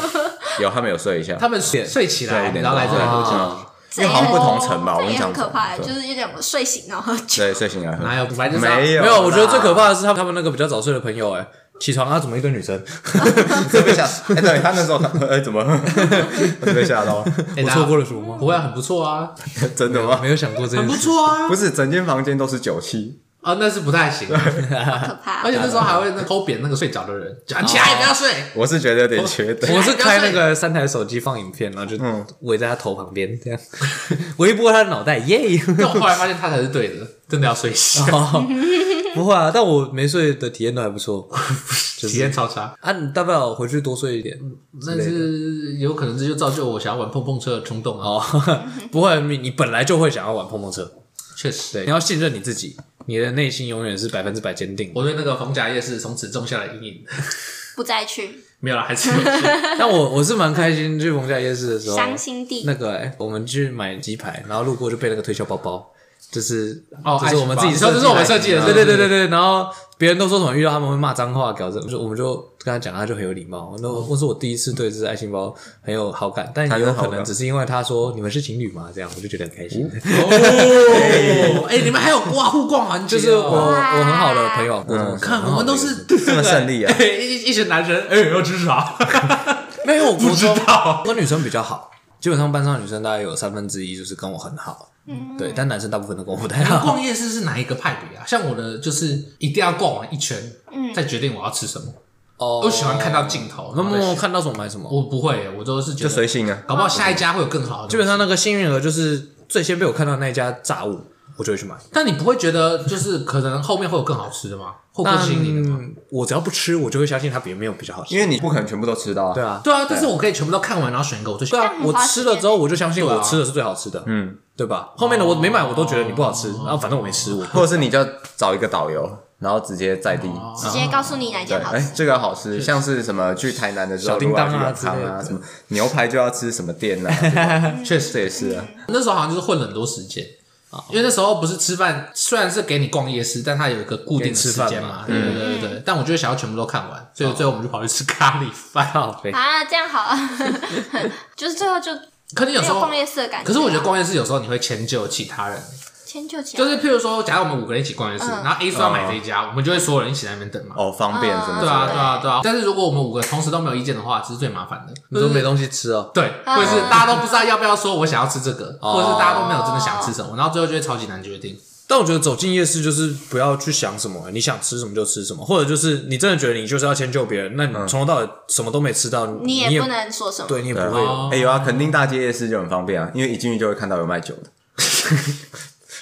Speaker 5: 有，他们有睡一下，
Speaker 1: 他们睡睡起
Speaker 5: 对
Speaker 1: 来
Speaker 5: 五，点
Speaker 1: 然后来这里喝酒，
Speaker 5: 嗯因为好像不同层吧，我
Speaker 4: 这
Speaker 5: 跟
Speaker 4: 也
Speaker 5: 你
Speaker 4: 哎很
Speaker 5: 讲，
Speaker 4: 可怕，就
Speaker 5: 对
Speaker 4: 是有点我睡醒然后喝酒。
Speaker 5: 对睡醒哎来喝，
Speaker 1: 哪有？本来就是啊要
Speaker 5: 没有
Speaker 2: 没
Speaker 5: 啦，
Speaker 2: 有，我觉得最可怕的是他他们那个比较早睡的朋友，哎，起床啊，怎么一堆女生？
Speaker 5: 特别吓。哎，对他那时候他，哎，怎么？ 我被吓到，
Speaker 1: 哎
Speaker 2: 我
Speaker 1: 大家
Speaker 2: 错过了什么吗？
Speaker 1: 不会啊很不错啊，
Speaker 5: 真的吗？
Speaker 2: 没有想过这件
Speaker 1: 很
Speaker 2: 事，
Speaker 1: 不错啊，
Speaker 5: 不是，整间房间都是酒气，
Speaker 1: 啊，那是不太行。
Speaker 4: 好可怕
Speaker 1: 而。且那时候还会那抠扁那个睡着的人，讲起来不要睡。
Speaker 5: 我是觉得有点缺德。
Speaker 2: 我是开那个三台手机放影片，然后就
Speaker 5: 嗯
Speaker 2: 围在他头旁边这样， 围一波他的脑袋，耶！
Speaker 1: 但我后来发现他才是对的，真的要睡醒，
Speaker 2: 哦不会啊，但我没睡的体验都还不错
Speaker 1: 体验超差。
Speaker 2: 啊，你大不了回去多睡一点
Speaker 4: 嗯
Speaker 1: 但是有可能这就造就我想要玩碰碰车的冲动啊。
Speaker 2: 哦。 不会，你你本来就会想要玩碰碰车，
Speaker 1: 确实，
Speaker 2: 你要信任你自己，你的内心永远是百分之百坚 定的。
Speaker 1: 我对那个逢甲夜市从此种下了阴影。
Speaker 4: 不再去
Speaker 1: 没有了， 还是有去
Speaker 2: 但我我是蛮开心去逢甲夜市的时候，
Speaker 4: 伤心地
Speaker 2: 那个、欸、我们去买鸡排，然后路过就被那个推销包包，就是
Speaker 1: 哦
Speaker 2: 这是我们自己
Speaker 1: 爱心
Speaker 2: 设
Speaker 1: 包
Speaker 2: 计，
Speaker 1: 这是我们设计的
Speaker 2: 对
Speaker 1: 是
Speaker 2: 对
Speaker 1: 不
Speaker 2: 对
Speaker 1: 是
Speaker 2: 对对。然后别人都说什么遇到他们会骂脏话、搞这，我就我们就跟他讲，他就很有礼貌。那我是我第一次对这只爱心包很有好感，但也有可能只是因为他说你们是情侣嘛，这样我就觉得很开心。
Speaker 1: 哦，哎，你们还有刮互逛环节哦，
Speaker 2: 就是我我很好的朋友，我
Speaker 1: 看我们都是！
Speaker 5: 这么胜利啊
Speaker 1: 哎一一群男生，哎，要吃 啥？
Speaker 2: 没有，我
Speaker 1: 不知道，
Speaker 2: 我跟女生比较好。基本上班上的女生大概有三分之一就是跟我很好，嗯，对，但男生大部分都跟我不太好。
Speaker 1: 逛夜市是哪一个派别啊？像我的就是一定要逛完一圈，再决定我要吃什么。
Speaker 2: 哦
Speaker 1: 我喜欢看到尽头，
Speaker 2: 那
Speaker 1: 然后再
Speaker 2: 么
Speaker 1: 选
Speaker 2: 看到什么买什么。
Speaker 1: 我不会，我都是觉
Speaker 5: 就
Speaker 1: 得
Speaker 5: 随性啊，
Speaker 1: 搞不好下一家会有更好的。
Speaker 2: 基本，上那个幸运儿就是最先被我看到那一家炸物，我就会去买。
Speaker 1: 但你不会觉得就是可能后面会有更好吃的吗？会更吸引你的吗？
Speaker 2: 但我只要不吃，我就会相信它比没有比较好吃。
Speaker 5: 因为你不可能全部都吃到啊。
Speaker 2: 对啊，
Speaker 1: 对啊，但是我可以全部都看完，然后选一个我最喜
Speaker 2: 对
Speaker 1: 欢。
Speaker 2: 啊，我吃了之后我就相信
Speaker 1: 对
Speaker 2: 我
Speaker 1: 啊
Speaker 2: 吃的是最好吃的，嗯，对吧？后面的我没买，我都觉得你不好吃，然后反正我没吃，
Speaker 1: 嗯
Speaker 2: 我
Speaker 5: 或者是你就找一个导游，然后直接在地。
Speaker 2: 哦
Speaker 4: 直接告诉你哪一
Speaker 5: 对，
Speaker 4: 间好
Speaker 5: 哎
Speaker 4: 吃，，
Speaker 5: 这个好吃，像是什么去台南的时候，
Speaker 2: 小叮当啊
Speaker 5: 如果要去永康
Speaker 2: 之类
Speaker 5: 啊，
Speaker 2: 的
Speaker 5: 什么牛排就要吃什么店啊，
Speaker 1: 确
Speaker 5: 这
Speaker 1: 实，
Speaker 5: 也是啊。
Speaker 1: 那时候好像就是混了很多时间。因为那时候不是吃饭，虽然是给你逛夜市，但它有一个固定的时
Speaker 2: 给
Speaker 1: 间
Speaker 2: 你吃
Speaker 1: 嘛，
Speaker 2: 饭嘛
Speaker 1: 对对对对对。但我就想要全部都看完，所以最后我们就跑去吃咖喱饭。
Speaker 2: 靠背。
Speaker 4: 啊，这样好 啊，就是最后就
Speaker 1: 可能有
Speaker 4: 没
Speaker 1: 时
Speaker 4: 有
Speaker 1: 候
Speaker 4: 逛夜市的感觉。啊
Speaker 1: 可是我觉得逛夜市有时候你会迁就其他人，
Speaker 4: 迁就起来，
Speaker 1: 就是譬如说，假如我们五个人一起逛夜市，
Speaker 4: 嗯
Speaker 1: 然后 A 说要买这一家，我们就会所有人一起在那边等嘛。
Speaker 5: 哦，方便什么
Speaker 1: 对
Speaker 5: 之类
Speaker 1: 啊，
Speaker 5: 的。
Speaker 1: 对啊，对啊。但是如果我们五个同时都没有意见的话，这是最麻烦的。
Speaker 2: 你说没东西吃哦，
Speaker 1: 对，
Speaker 4: 啊
Speaker 1: 或者是大家都不知道要不要说我想要吃这个，
Speaker 4: 哦
Speaker 1: 或者是大家都没有真的想吃什么，然后最后就会超级难决 定。
Speaker 2: 但我觉得走进夜市就是不要去想什么，你想吃什么就吃什么，或者就是你真的觉得你就是要迁就别人，那你从头到尾什么都没吃到，
Speaker 4: 你
Speaker 2: 你
Speaker 4: 也不能说什么。
Speaker 2: 对你也不
Speaker 5: 对
Speaker 2: 会有
Speaker 5: 啊，哎有啊，垦丁大街夜市就很方便啊，因为一进去就会看到有卖酒 的。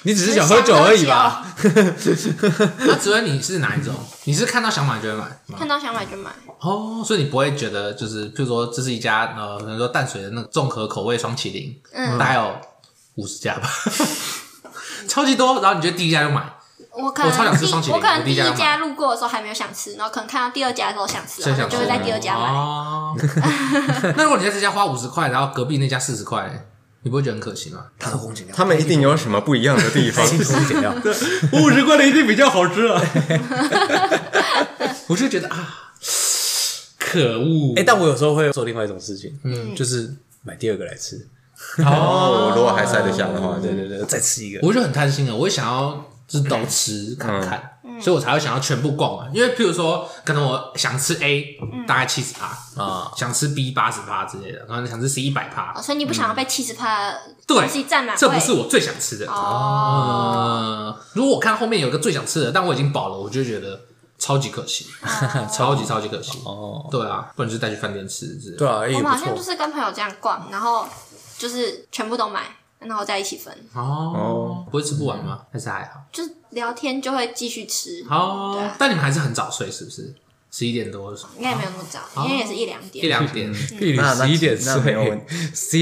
Speaker 2: 你只是想喝酒而已吧？
Speaker 1: 那只问你是哪一种？你是看到想买就会买吗？
Speaker 4: 看到想买就买，
Speaker 1: 哦，所以你不会觉得就是，譬如说这是一家呃，可能说淡水的那个综合口味双麒麟，
Speaker 4: 嗯
Speaker 1: 大概有五十家吧， 超级多。然后你觉得第一家就买，
Speaker 4: 我可
Speaker 1: 我超想
Speaker 4: 能
Speaker 1: 吃双麒
Speaker 4: 第
Speaker 1: 麟
Speaker 4: 我可能第
Speaker 1: 我第一家
Speaker 4: 一
Speaker 1: 买
Speaker 4: 家路过的时候还没有想吃，然后可能看到第二家的时候想吃，
Speaker 1: 真
Speaker 4: 然
Speaker 1: 想
Speaker 4: 后
Speaker 1: 吃
Speaker 4: 就会在第二家买。
Speaker 1: 哦。 那如果你在这家花五十块，然后隔壁那家四十块，你不会觉得很可惜吗？
Speaker 2: 他的红景
Speaker 5: 他们一定有什么不一样的地 方。
Speaker 2: 红景料，
Speaker 1: 五十块的一定比较好吃 啊！我就觉得啊，可恶！
Speaker 2: 哎、但我有时候会做另外一种事情，嗯，就是买第二个来吃，
Speaker 5: 哦，如果还塞得下的话，对对
Speaker 2: 对对，再吃一个。
Speaker 1: 我就很贪心了，我会想要就是都吃看看，
Speaker 2: 嗯
Speaker 1: 所以我才会想要全部逛完。因为譬如说，可能我想吃 A
Speaker 4: 嗯
Speaker 1: 大概七十趴
Speaker 2: 啊，
Speaker 1: 想吃 B 八十趴之类的，然后想吃 C 一百趴
Speaker 4: 哦，，所以你不想要被七十趴
Speaker 1: 对
Speaker 4: 东西占满位，
Speaker 1: 这不是我最想吃的。
Speaker 4: 哦，
Speaker 1: 呃，如果我看后面有一个最想吃的，但我已经饱了，我就觉得超级可惜， 超级超级可惜。
Speaker 2: 哦，
Speaker 1: 对啊，不然就带去饭店吃之类的。
Speaker 2: 对啊，也
Speaker 4: 我
Speaker 2: 不
Speaker 4: 们好像就
Speaker 2: 错。
Speaker 4: 是跟朋友这样逛，然后就是全部都买，然后再一起分，
Speaker 1: 哦，不会吃不完吗？还是还好？
Speaker 4: 就是聊天就会继续吃。对
Speaker 1: 哦
Speaker 4: 啊，
Speaker 1: 但你们还是很早睡，是不是？十一点多，
Speaker 4: 应该也没有那么早，因为也是一两点。
Speaker 1: 一两 点，
Speaker 2: 一
Speaker 5: 那那
Speaker 2: 十一点睡
Speaker 5: 那没有问
Speaker 1: 有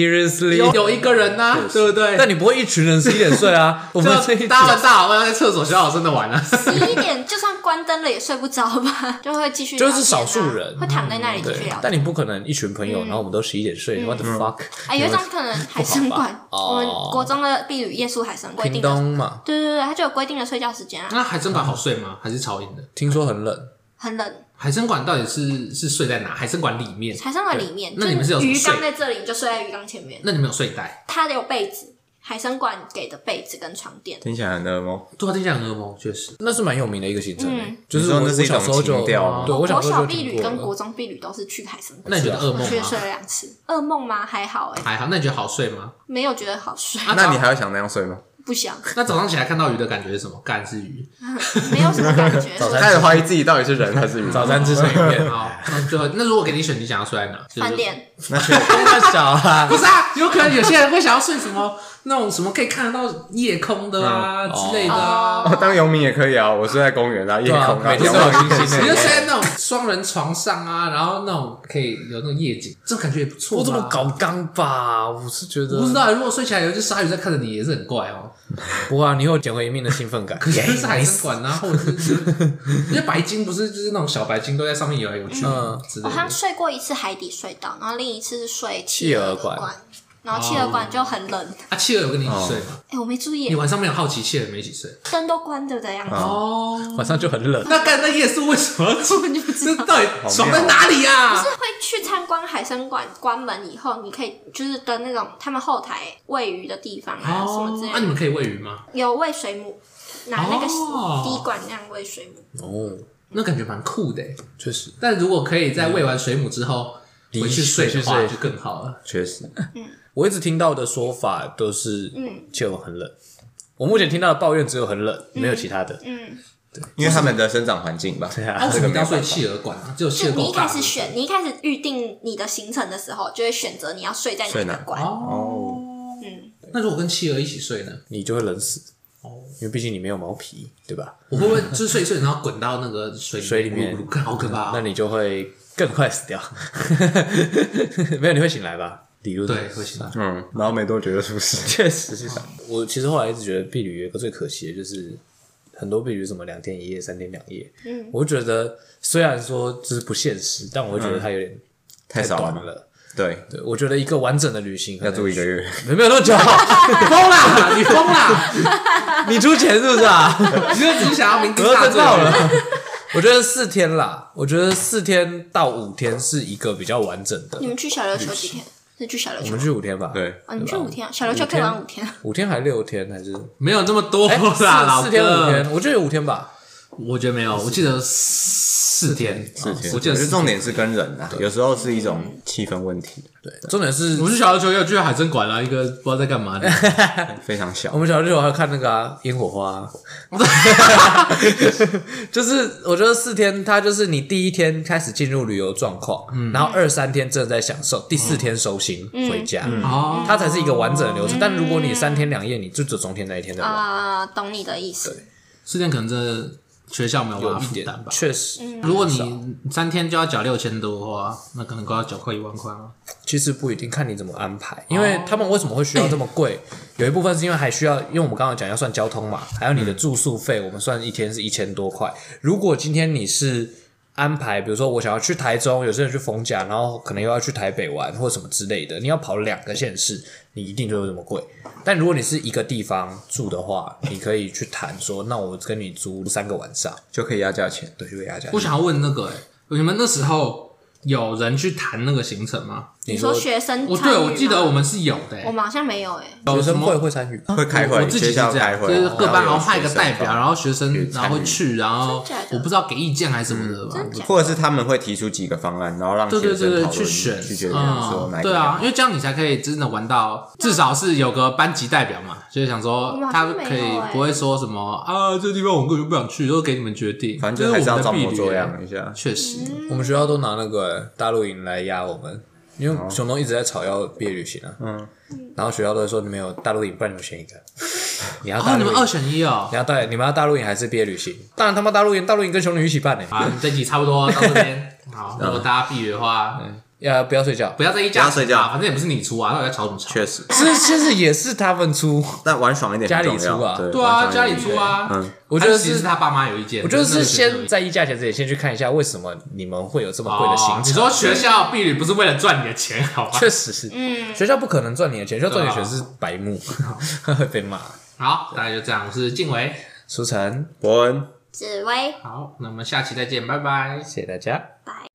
Speaker 2: ，Seriously，
Speaker 1: 有一个人呢，对不对？
Speaker 2: 但你不会一群人十一点睡 啊？我们这一
Speaker 1: 就大家玩大我要在厕所小小声的玩啊。
Speaker 4: 十一点就算关灯了也睡不着吧，就会继续聊
Speaker 2: 就
Speaker 4: 天啊、
Speaker 2: 是少数人嗯
Speaker 4: 会躺在那里继续
Speaker 2: 对
Speaker 4: 聊，天。嗯
Speaker 2: 但你不可能一群朋友，然后我们都十一点
Speaker 5: 嗯
Speaker 2: 睡，What the fuck？
Speaker 4: 啊，有一种可能海参馆，
Speaker 2: 不好吧哦
Speaker 4: 我们国中的婢女夜宿海参规
Speaker 2: 屏
Speaker 4: 定的，
Speaker 2: 东嘛，
Speaker 4: 对对对，它就有规定的睡觉时间啊，
Speaker 1: 那海参馆好睡吗？还是超阴的？
Speaker 2: 听说很冷，
Speaker 4: 很冷，
Speaker 1: 海参馆到底是是睡在哪？海参馆里面？
Speaker 4: 海参馆里面，
Speaker 1: 那你们是有
Speaker 4: 就是鱼
Speaker 1: 睡
Speaker 4: 缸在这里，你就睡在鱼缸前面，
Speaker 1: 那你们有睡袋？
Speaker 4: 它有被子，海参馆给的被子跟床垫，
Speaker 5: 听起来很噩梦。
Speaker 1: 对啊，听起来很噩梦，确实。
Speaker 2: 那是蛮有名的一个行程诶、
Speaker 4: 嗯哦
Speaker 2: 就是
Speaker 5: 你
Speaker 2: 我
Speaker 5: 说那是
Speaker 2: 我
Speaker 5: 一种
Speaker 2: 小时候就
Speaker 5: 情调吗
Speaker 2: 对我小
Speaker 4: 国
Speaker 2: 时候
Speaker 4: 小
Speaker 2: 就
Speaker 4: 婢
Speaker 2: 听
Speaker 4: 女
Speaker 2: 过
Speaker 4: 跟
Speaker 2: 了
Speaker 4: 国中婢女都是去海参
Speaker 1: 那
Speaker 4: 馆
Speaker 1: 你
Speaker 4: 睡，
Speaker 1: 觉得噩
Speaker 4: 我去
Speaker 1: 梦
Speaker 4: 睡
Speaker 1: 吗？
Speaker 4: 了两次，噩梦吗？还好哎、
Speaker 1: 还好，那你觉得好睡吗？
Speaker 4: 没有觉得好睡，
Speaker 1: 啊
Speaker 5: 那你还要想那样睡吗？
Speaker 4: 不想，
Speaker 1: 那早上起来看到鱼的感觉是什么？干是鱼，
Speaker 4: 没有什么感觉。
Speaker 2: 早餐
Speaker 3: 开始怀疑自己到底是人还是鱼。
Speaker 2: 早餐吃 生鱼片，
Speaker 1: 好，那最后那如果给你选，你想要睡在哪？就是
Speaker 4: 饭。店
Speaker 2: 太小 啦
Speaker 1: 不。是啊，有可能有些人会想要睡什么那种什么可以看得到夜空的啊之类的啊，
Speaker 3: 哦，当游民也可以啊，我睡在公园啊，夜空啊，
Speaker 2: 每天
Speaker 3: 仰
Speaker 2: 都有
Speaker 3: 望
Speaker 2: 星星
Speaker 1: 你就
Speaker 2: 对
Speaker 1: 睡在那种双人床上啊，然后那种可以有那种夜景，这感觉也不错。
Speaker 2: 不这么，搞刚吧？我是觉得
Speaker 1: 我不知，道，如果睡起来有一只鲨鱼在看着你，也是很怪 哦。
Speaker 2: 不会啊，你会捡回一命的兴 奋感。
Speaker 1: 可是就是海参馆啊，或者是就是因为白鲸不是就是那种小白鲸都在上面游来游去
Speaker 2: 嗯
Speaker 1: 之类的
Speaker 4: 我好。像睡过一次海底隧道，然后另一次是睡
Speaker 2: 企
Speaker 4: 企
Speaker 2: 鹅
Speaker 4: 鹅
Speaker 2: 馆
Speaker 4: 馆，然后企鹅馆就很冷。
Speaker 1: 啊，企鹅有跟你一
Speaker 2: 哦
Speaker 1: 起睡吗？
Speaker 4: 哎，我没注
Speaker 1: 你
Speaker 4: 意，
Speaker 1: 晚上没有好奇企鹅没一起睡
Speaker 4: 灯都关着的样子。
Speaker 1: 哦？
Speaker 2: 晚上就很冷，
Speaker 1: 那干那夜宿为什么 住？
Speaker 4: 根本就不知
Speaker 1: 这
Speaker 4: 道
Speaker 1: 到底爽在哪里啊
Speaker 4: 就？是会去参观海参馆，关门以后，你可以就是跟那种他们后台喂鱼的地方啊、什么之类
Speaker 1: 哦那、你
Speaker 4: 的，
Speaker 1: 们可以喂鱼吗？
Speaker 4: 有喂水母，拿那个
Speaker 1: 哦
Speaker 4: 滴管那样喂水母。
Speaker 2: 哦，
Speaker 1: 那感觉蛮酷的欸。
Speaker 2: 确实，
Speaker 1: 但如果可以在喂完水母之后
Speaker 2: 离
Speaker 1: 回去睡的话，
Speaker 2: 回去睡
Speaker 1: 就更好了。
Speaker 5: 确实，
Speaker 2: 我一直听到的说法都是，
Speaker 4: 嗯
Speaker 2: 气温很冷。我目前听到的抱怨只有很冷，没有其他的。
Speaker 4: 嗯，
Speaker 5: 因为他们的生长环境吧。
Speaker 2: 对
Speaker 1: 啊，
Speaker 2: 啊
Speaker 1: 为，什么一定要睡企鹅馆啊？只有企
Speaker 4: 就
Speaker 1: 鹅
Speaker 4: 你
Speaker 1: 够
Speaker 4: 一
Speaker 1: 大
Speaker 4: 开始选，你一开始预定你的行程的时候，就会选择你要睡在哪
Speaker 5: 睡哪
Speaker 4: 个馆。
Speaker 1: 哦。
Speaker 4: 嗯，
Speaker 1: 那如果跟企鹅一起睡呢？
Speaker 2: 你就会冷死。
Speaker 5: 哦
Speaker 2: 因为毕竟你没有毛皮，对吧？
Speaker 1: 我会不 会就是睡一睡，然后滚到那个水
Speaker 2: 水里面
Speaker 1: 咕噜咕噜干好可怕哦！
Speaker 2: 那你就会更快死掉。 没有，你会醒来吧？理论上
Speaker 1: 对会醒来。
Speaker 5: 嗯，然后没多久就出事。
Speaker 2: 确实是。我其实后来一直觉得避旅有一个最可惜的就是，很多避旅什么两天一夜、三天两夜，嗯，我觉得虽然说就是不现实，但我会觉得它有点
Speaker 5: 太少
Speaker 2: 短
Speaker 5: 了
Speaker 2: 了。
Speaker 5: 对，
Speaker 2: 对，我觉得一个完整的旅行可
Speaker 5: 要
Speaker 2: 能
Speaker 5: 住一个月。
Speaker 2: 没没有那么久，
Speaker 1: 疯 啦！你疯啦！
Speaker 2: 你出钱是不是 啊？
Speaker 1: 你就只是想要明
Speaker 2: 我
Speaker 1: 天
Speaker 2: 又
Speaker 1: 大
Speaker 2: 真
Speaker 1: 醉
Speaker 2: 到
Speaker 1: 而已
Speaker 2: 了。我觉得四天啦，我觉得四天到五天是一个比较完整的
Speaker 4: 你。们去小琉球几天？是去小琉
Speaker 2: 我
Speaker 4: 球
Speaker 2: 们？去五天吧，
Speaker 5: 对，
Speaker 4: 哦，你们去五天啊？小琉球可以玩五天啊。
Speaker 2: 五天还六天还是？
Speaker 1: 没有那么多
Speaker 2: 哎，
Speaker 1: 啦，老
Speaker 2: 四四天五
Speaker 1: 哥。
Speaker 2: 天，我觉得有五天吧。
Speaker 1: 我觉得没有，我记得四天，四
Speaker 5: 我
Speaker 1: 我
Speaker 5: 觉
Speaker 1: 哦记得
Speaker 5: 得
Speaker 1: 四
Speaker 5: 重点是跟人啊，有时候是一种气氛问题，
Speaker 2: 对，重点是
Speaker 1: 我们去小琉球也有去海参馆啦，一个不知道在干嘛 的，
Speaker 5: 非常小
Speaker 2: 我。们小时候还有看那个啊烟、火花、 就是我觉得四天，它就是你第一天开始进入旅游状况，
Speaker 1: 嗯
Speaker 2: 然后二三天正在享受，第四天收心、回家，
Speaker 1: 哦
Speaker 2: 它才是一个完整的流程。但如果你三天两夜，你就只中间那一天在玩，
Speaker 4: 啊，懂你的意思。
Speaker 1: 四天可能真的学校没有办法
Speaker 2: 有一
Speaker 1: 啊负
Speaker 2: 点
Speaker 1: 担吧。
Speaker 2: 确实，
Speaker 1: 如果你三天就要缴六千多的话，那可能都要缴快一万块啊了。
Speaker 2: 其实不一定看你怎么安排，因为他们为什么会需要这么贵？ 有一部分是因为还需要，因为我们刚刚讲要算交通嘛，还有你的住宿费，我们算一天是一千多块。如果今天你是安排，比如说我想要去台中，有些人去逢甲，然后可能又要去台北玩或什么之类的，你要跑两个县市，你一定就会这么贵。但如果你是一个地方住的话，你可以去谈说，那我跟你租三个晚上，
Speaker 5: 就可以压价钱。
Speaker 2: 对，就给大家。
Speaker 1: 我想要问那个、欸，你们那时候有人去谈那个行程吗？
Speaker 2: 你
Speaker 4: 你
Speaker 2: 说
Speaker 4: 说学生
Speaker 1: 我
Speaker 4: 参
Speaker 1: 对
Speaker 4: 与
Speaker 1: 我记得
Speaker 4: 吗
Speaker 1: 我们是有的、
Speaker 4: 我
Speaker 1: 欸，
Speaker 4: 们好像没有哎。
Speaker 1: 有
Speaker 2: 学生会
Speaker 1: 什么
Speaker 2: 会参与，
Speaker 5: 会开
Speaker 1: 我
Speaker 5: 会，
Speaker 1: 自己
Speaker 5: 学
Speaker 1: 是
Speaker 5: 校
Speaker 1: 这
Speaker 5: 开
Speaker 1: 样，
Speaker 5: 会，
Speaker 1: 就是各班然后
Speaker 5: 有
Speaker 1: 派一个
Speaker 5: 学生
Speaker 1: 代表，
Speaker 5: 放
Speaker 1: 然后学
Speaker 5: 去
Speaker 1: 生
Speaker 5: 参
Speaker 1: 然后会
Speaker 5: 与
Speaker 1: 去，然后
Speaker 4: 真假的
Speaker 1: 我不知道给意见还是什么的吧。
Speaker 4: 真的假的？
Speaker 5: 或者是他们会提出几个方案，然后让
Speaker 1: 对对
Speaker 5: 学
Speaker 1: 对
Speaker 5: 生
Speaker 1: 对，
Speaker 5: 讨
Speaker 1: 去
Speaker 5: 论
Speaker 1: 选，
Speaker 5: 去决定说
Speaker 1: 嗯
Speaker 5: 哪，一个
Speaker 1: 对啊，
Speaker 5: 比较好
Speaker 1: 因为这样你才可以真的玩到，
Speaker 4: 啊
Speaker 1: 至少是有个班级代表嘛，就是想说
Speaker 4: 我们好
Speaker 1: 他
Speaker 4: 像
Speaker 1: 可
Speaker 4: 没
Speaker 1: 以
Speaker 4: 有欸
Speaker 1: 不会说什么啊，这地方我根本就不想去，都给你们决定，
Speaker 5: 反
Speaker 1: 这
Speaker 5: 正就还
Speaker 1: 是我
Speaker 5: 是要
Speaker 1: 们的
Speaker 5: 照
Speaker 1: 避
Speaker 5: 模
Speaker 1: 旅
Speaker 5: 作样一下。
Speaker 1: 确
Speaker 4: 嗯
Speaker 1: 实，
Speaker 2: 我们学校都拿那个欸大陆营来压我们，因
Speaker 1: 哦
Speaker 2: 为熊东一直在吵要毕业旅行啊。嗯，然后学校都会说你们有大陆营，不然你们选一 个。你要
Speaker 1: 哦，
Speaker 2: 大
Speaker 1: 你
Speaker 2: 陆
Speaker 1: 们
Speaker 2: 营，
Speaker 1: 二选一哦
Speaker 2: 你，要大你们要大陆营还是毕业旅行？当然他妈大陆营，大陆营跟熊女一起办呢、
Speaker 1: 啊，你这集差不多到这边，好，如果大家避旅的话，
Speaker 2: 要不要睡觉？
Speaker 1: 不要在意价
Speaker 5: 不要睡觉
Speaker 1: 啊反正也不是你出啊，到底在吵什么吵？
Speaker 5: 确实，
Speaker 2: 是，其实也是他们出，
Speaker 5: 但玩爽一点
Speaker 2: 家里
Speaker 5: 很重要
Speaker 2: 出啊
Speaker 5: 对
Speaker 1: 对
Speaker 5: 玩
Speaker 1: 啊，
Speaker 5: 爽一
Speaker 1: 家
Speaker 5: 点
Speaker 1: 里出啊，
Speaker 5: 嗯，
Speaker 2: 我觉得
Speaker 1: 他其实
Speaker 2: 是
Speaker 1: 是。他爸妈有意见，
Speaker 2: 我觉得
Speaker 1: 那
Speaker 2: 是
Speaker 1: 个学生
Speaker 2: 先
Speaker 1: 有意见
Speaker 2: 在议价前之前，先去看一下为什么你们会有这么贵的行
Speaker 1: 哦
Speaker 2: 程。
Speaker 1: 你说学校避旅不是为了赚你的钱，好吧？
Speaker 2: 确实是，学校不可能赚你的钱，学校赚你的钱
Speaker 1: 对啊
Speaker 2: 是白目， 会被骂。
Speaker 1: 好，大概就这样，我是静伟，
Speaker 2: 舒晨，
Speaker 5: 伯恩。
Speaker 4: 紫薇，
Speaker 1: 好，那我们下期再见，拜拜。
Speaker 2: 谢谢大家。
Speaker 4: 拜。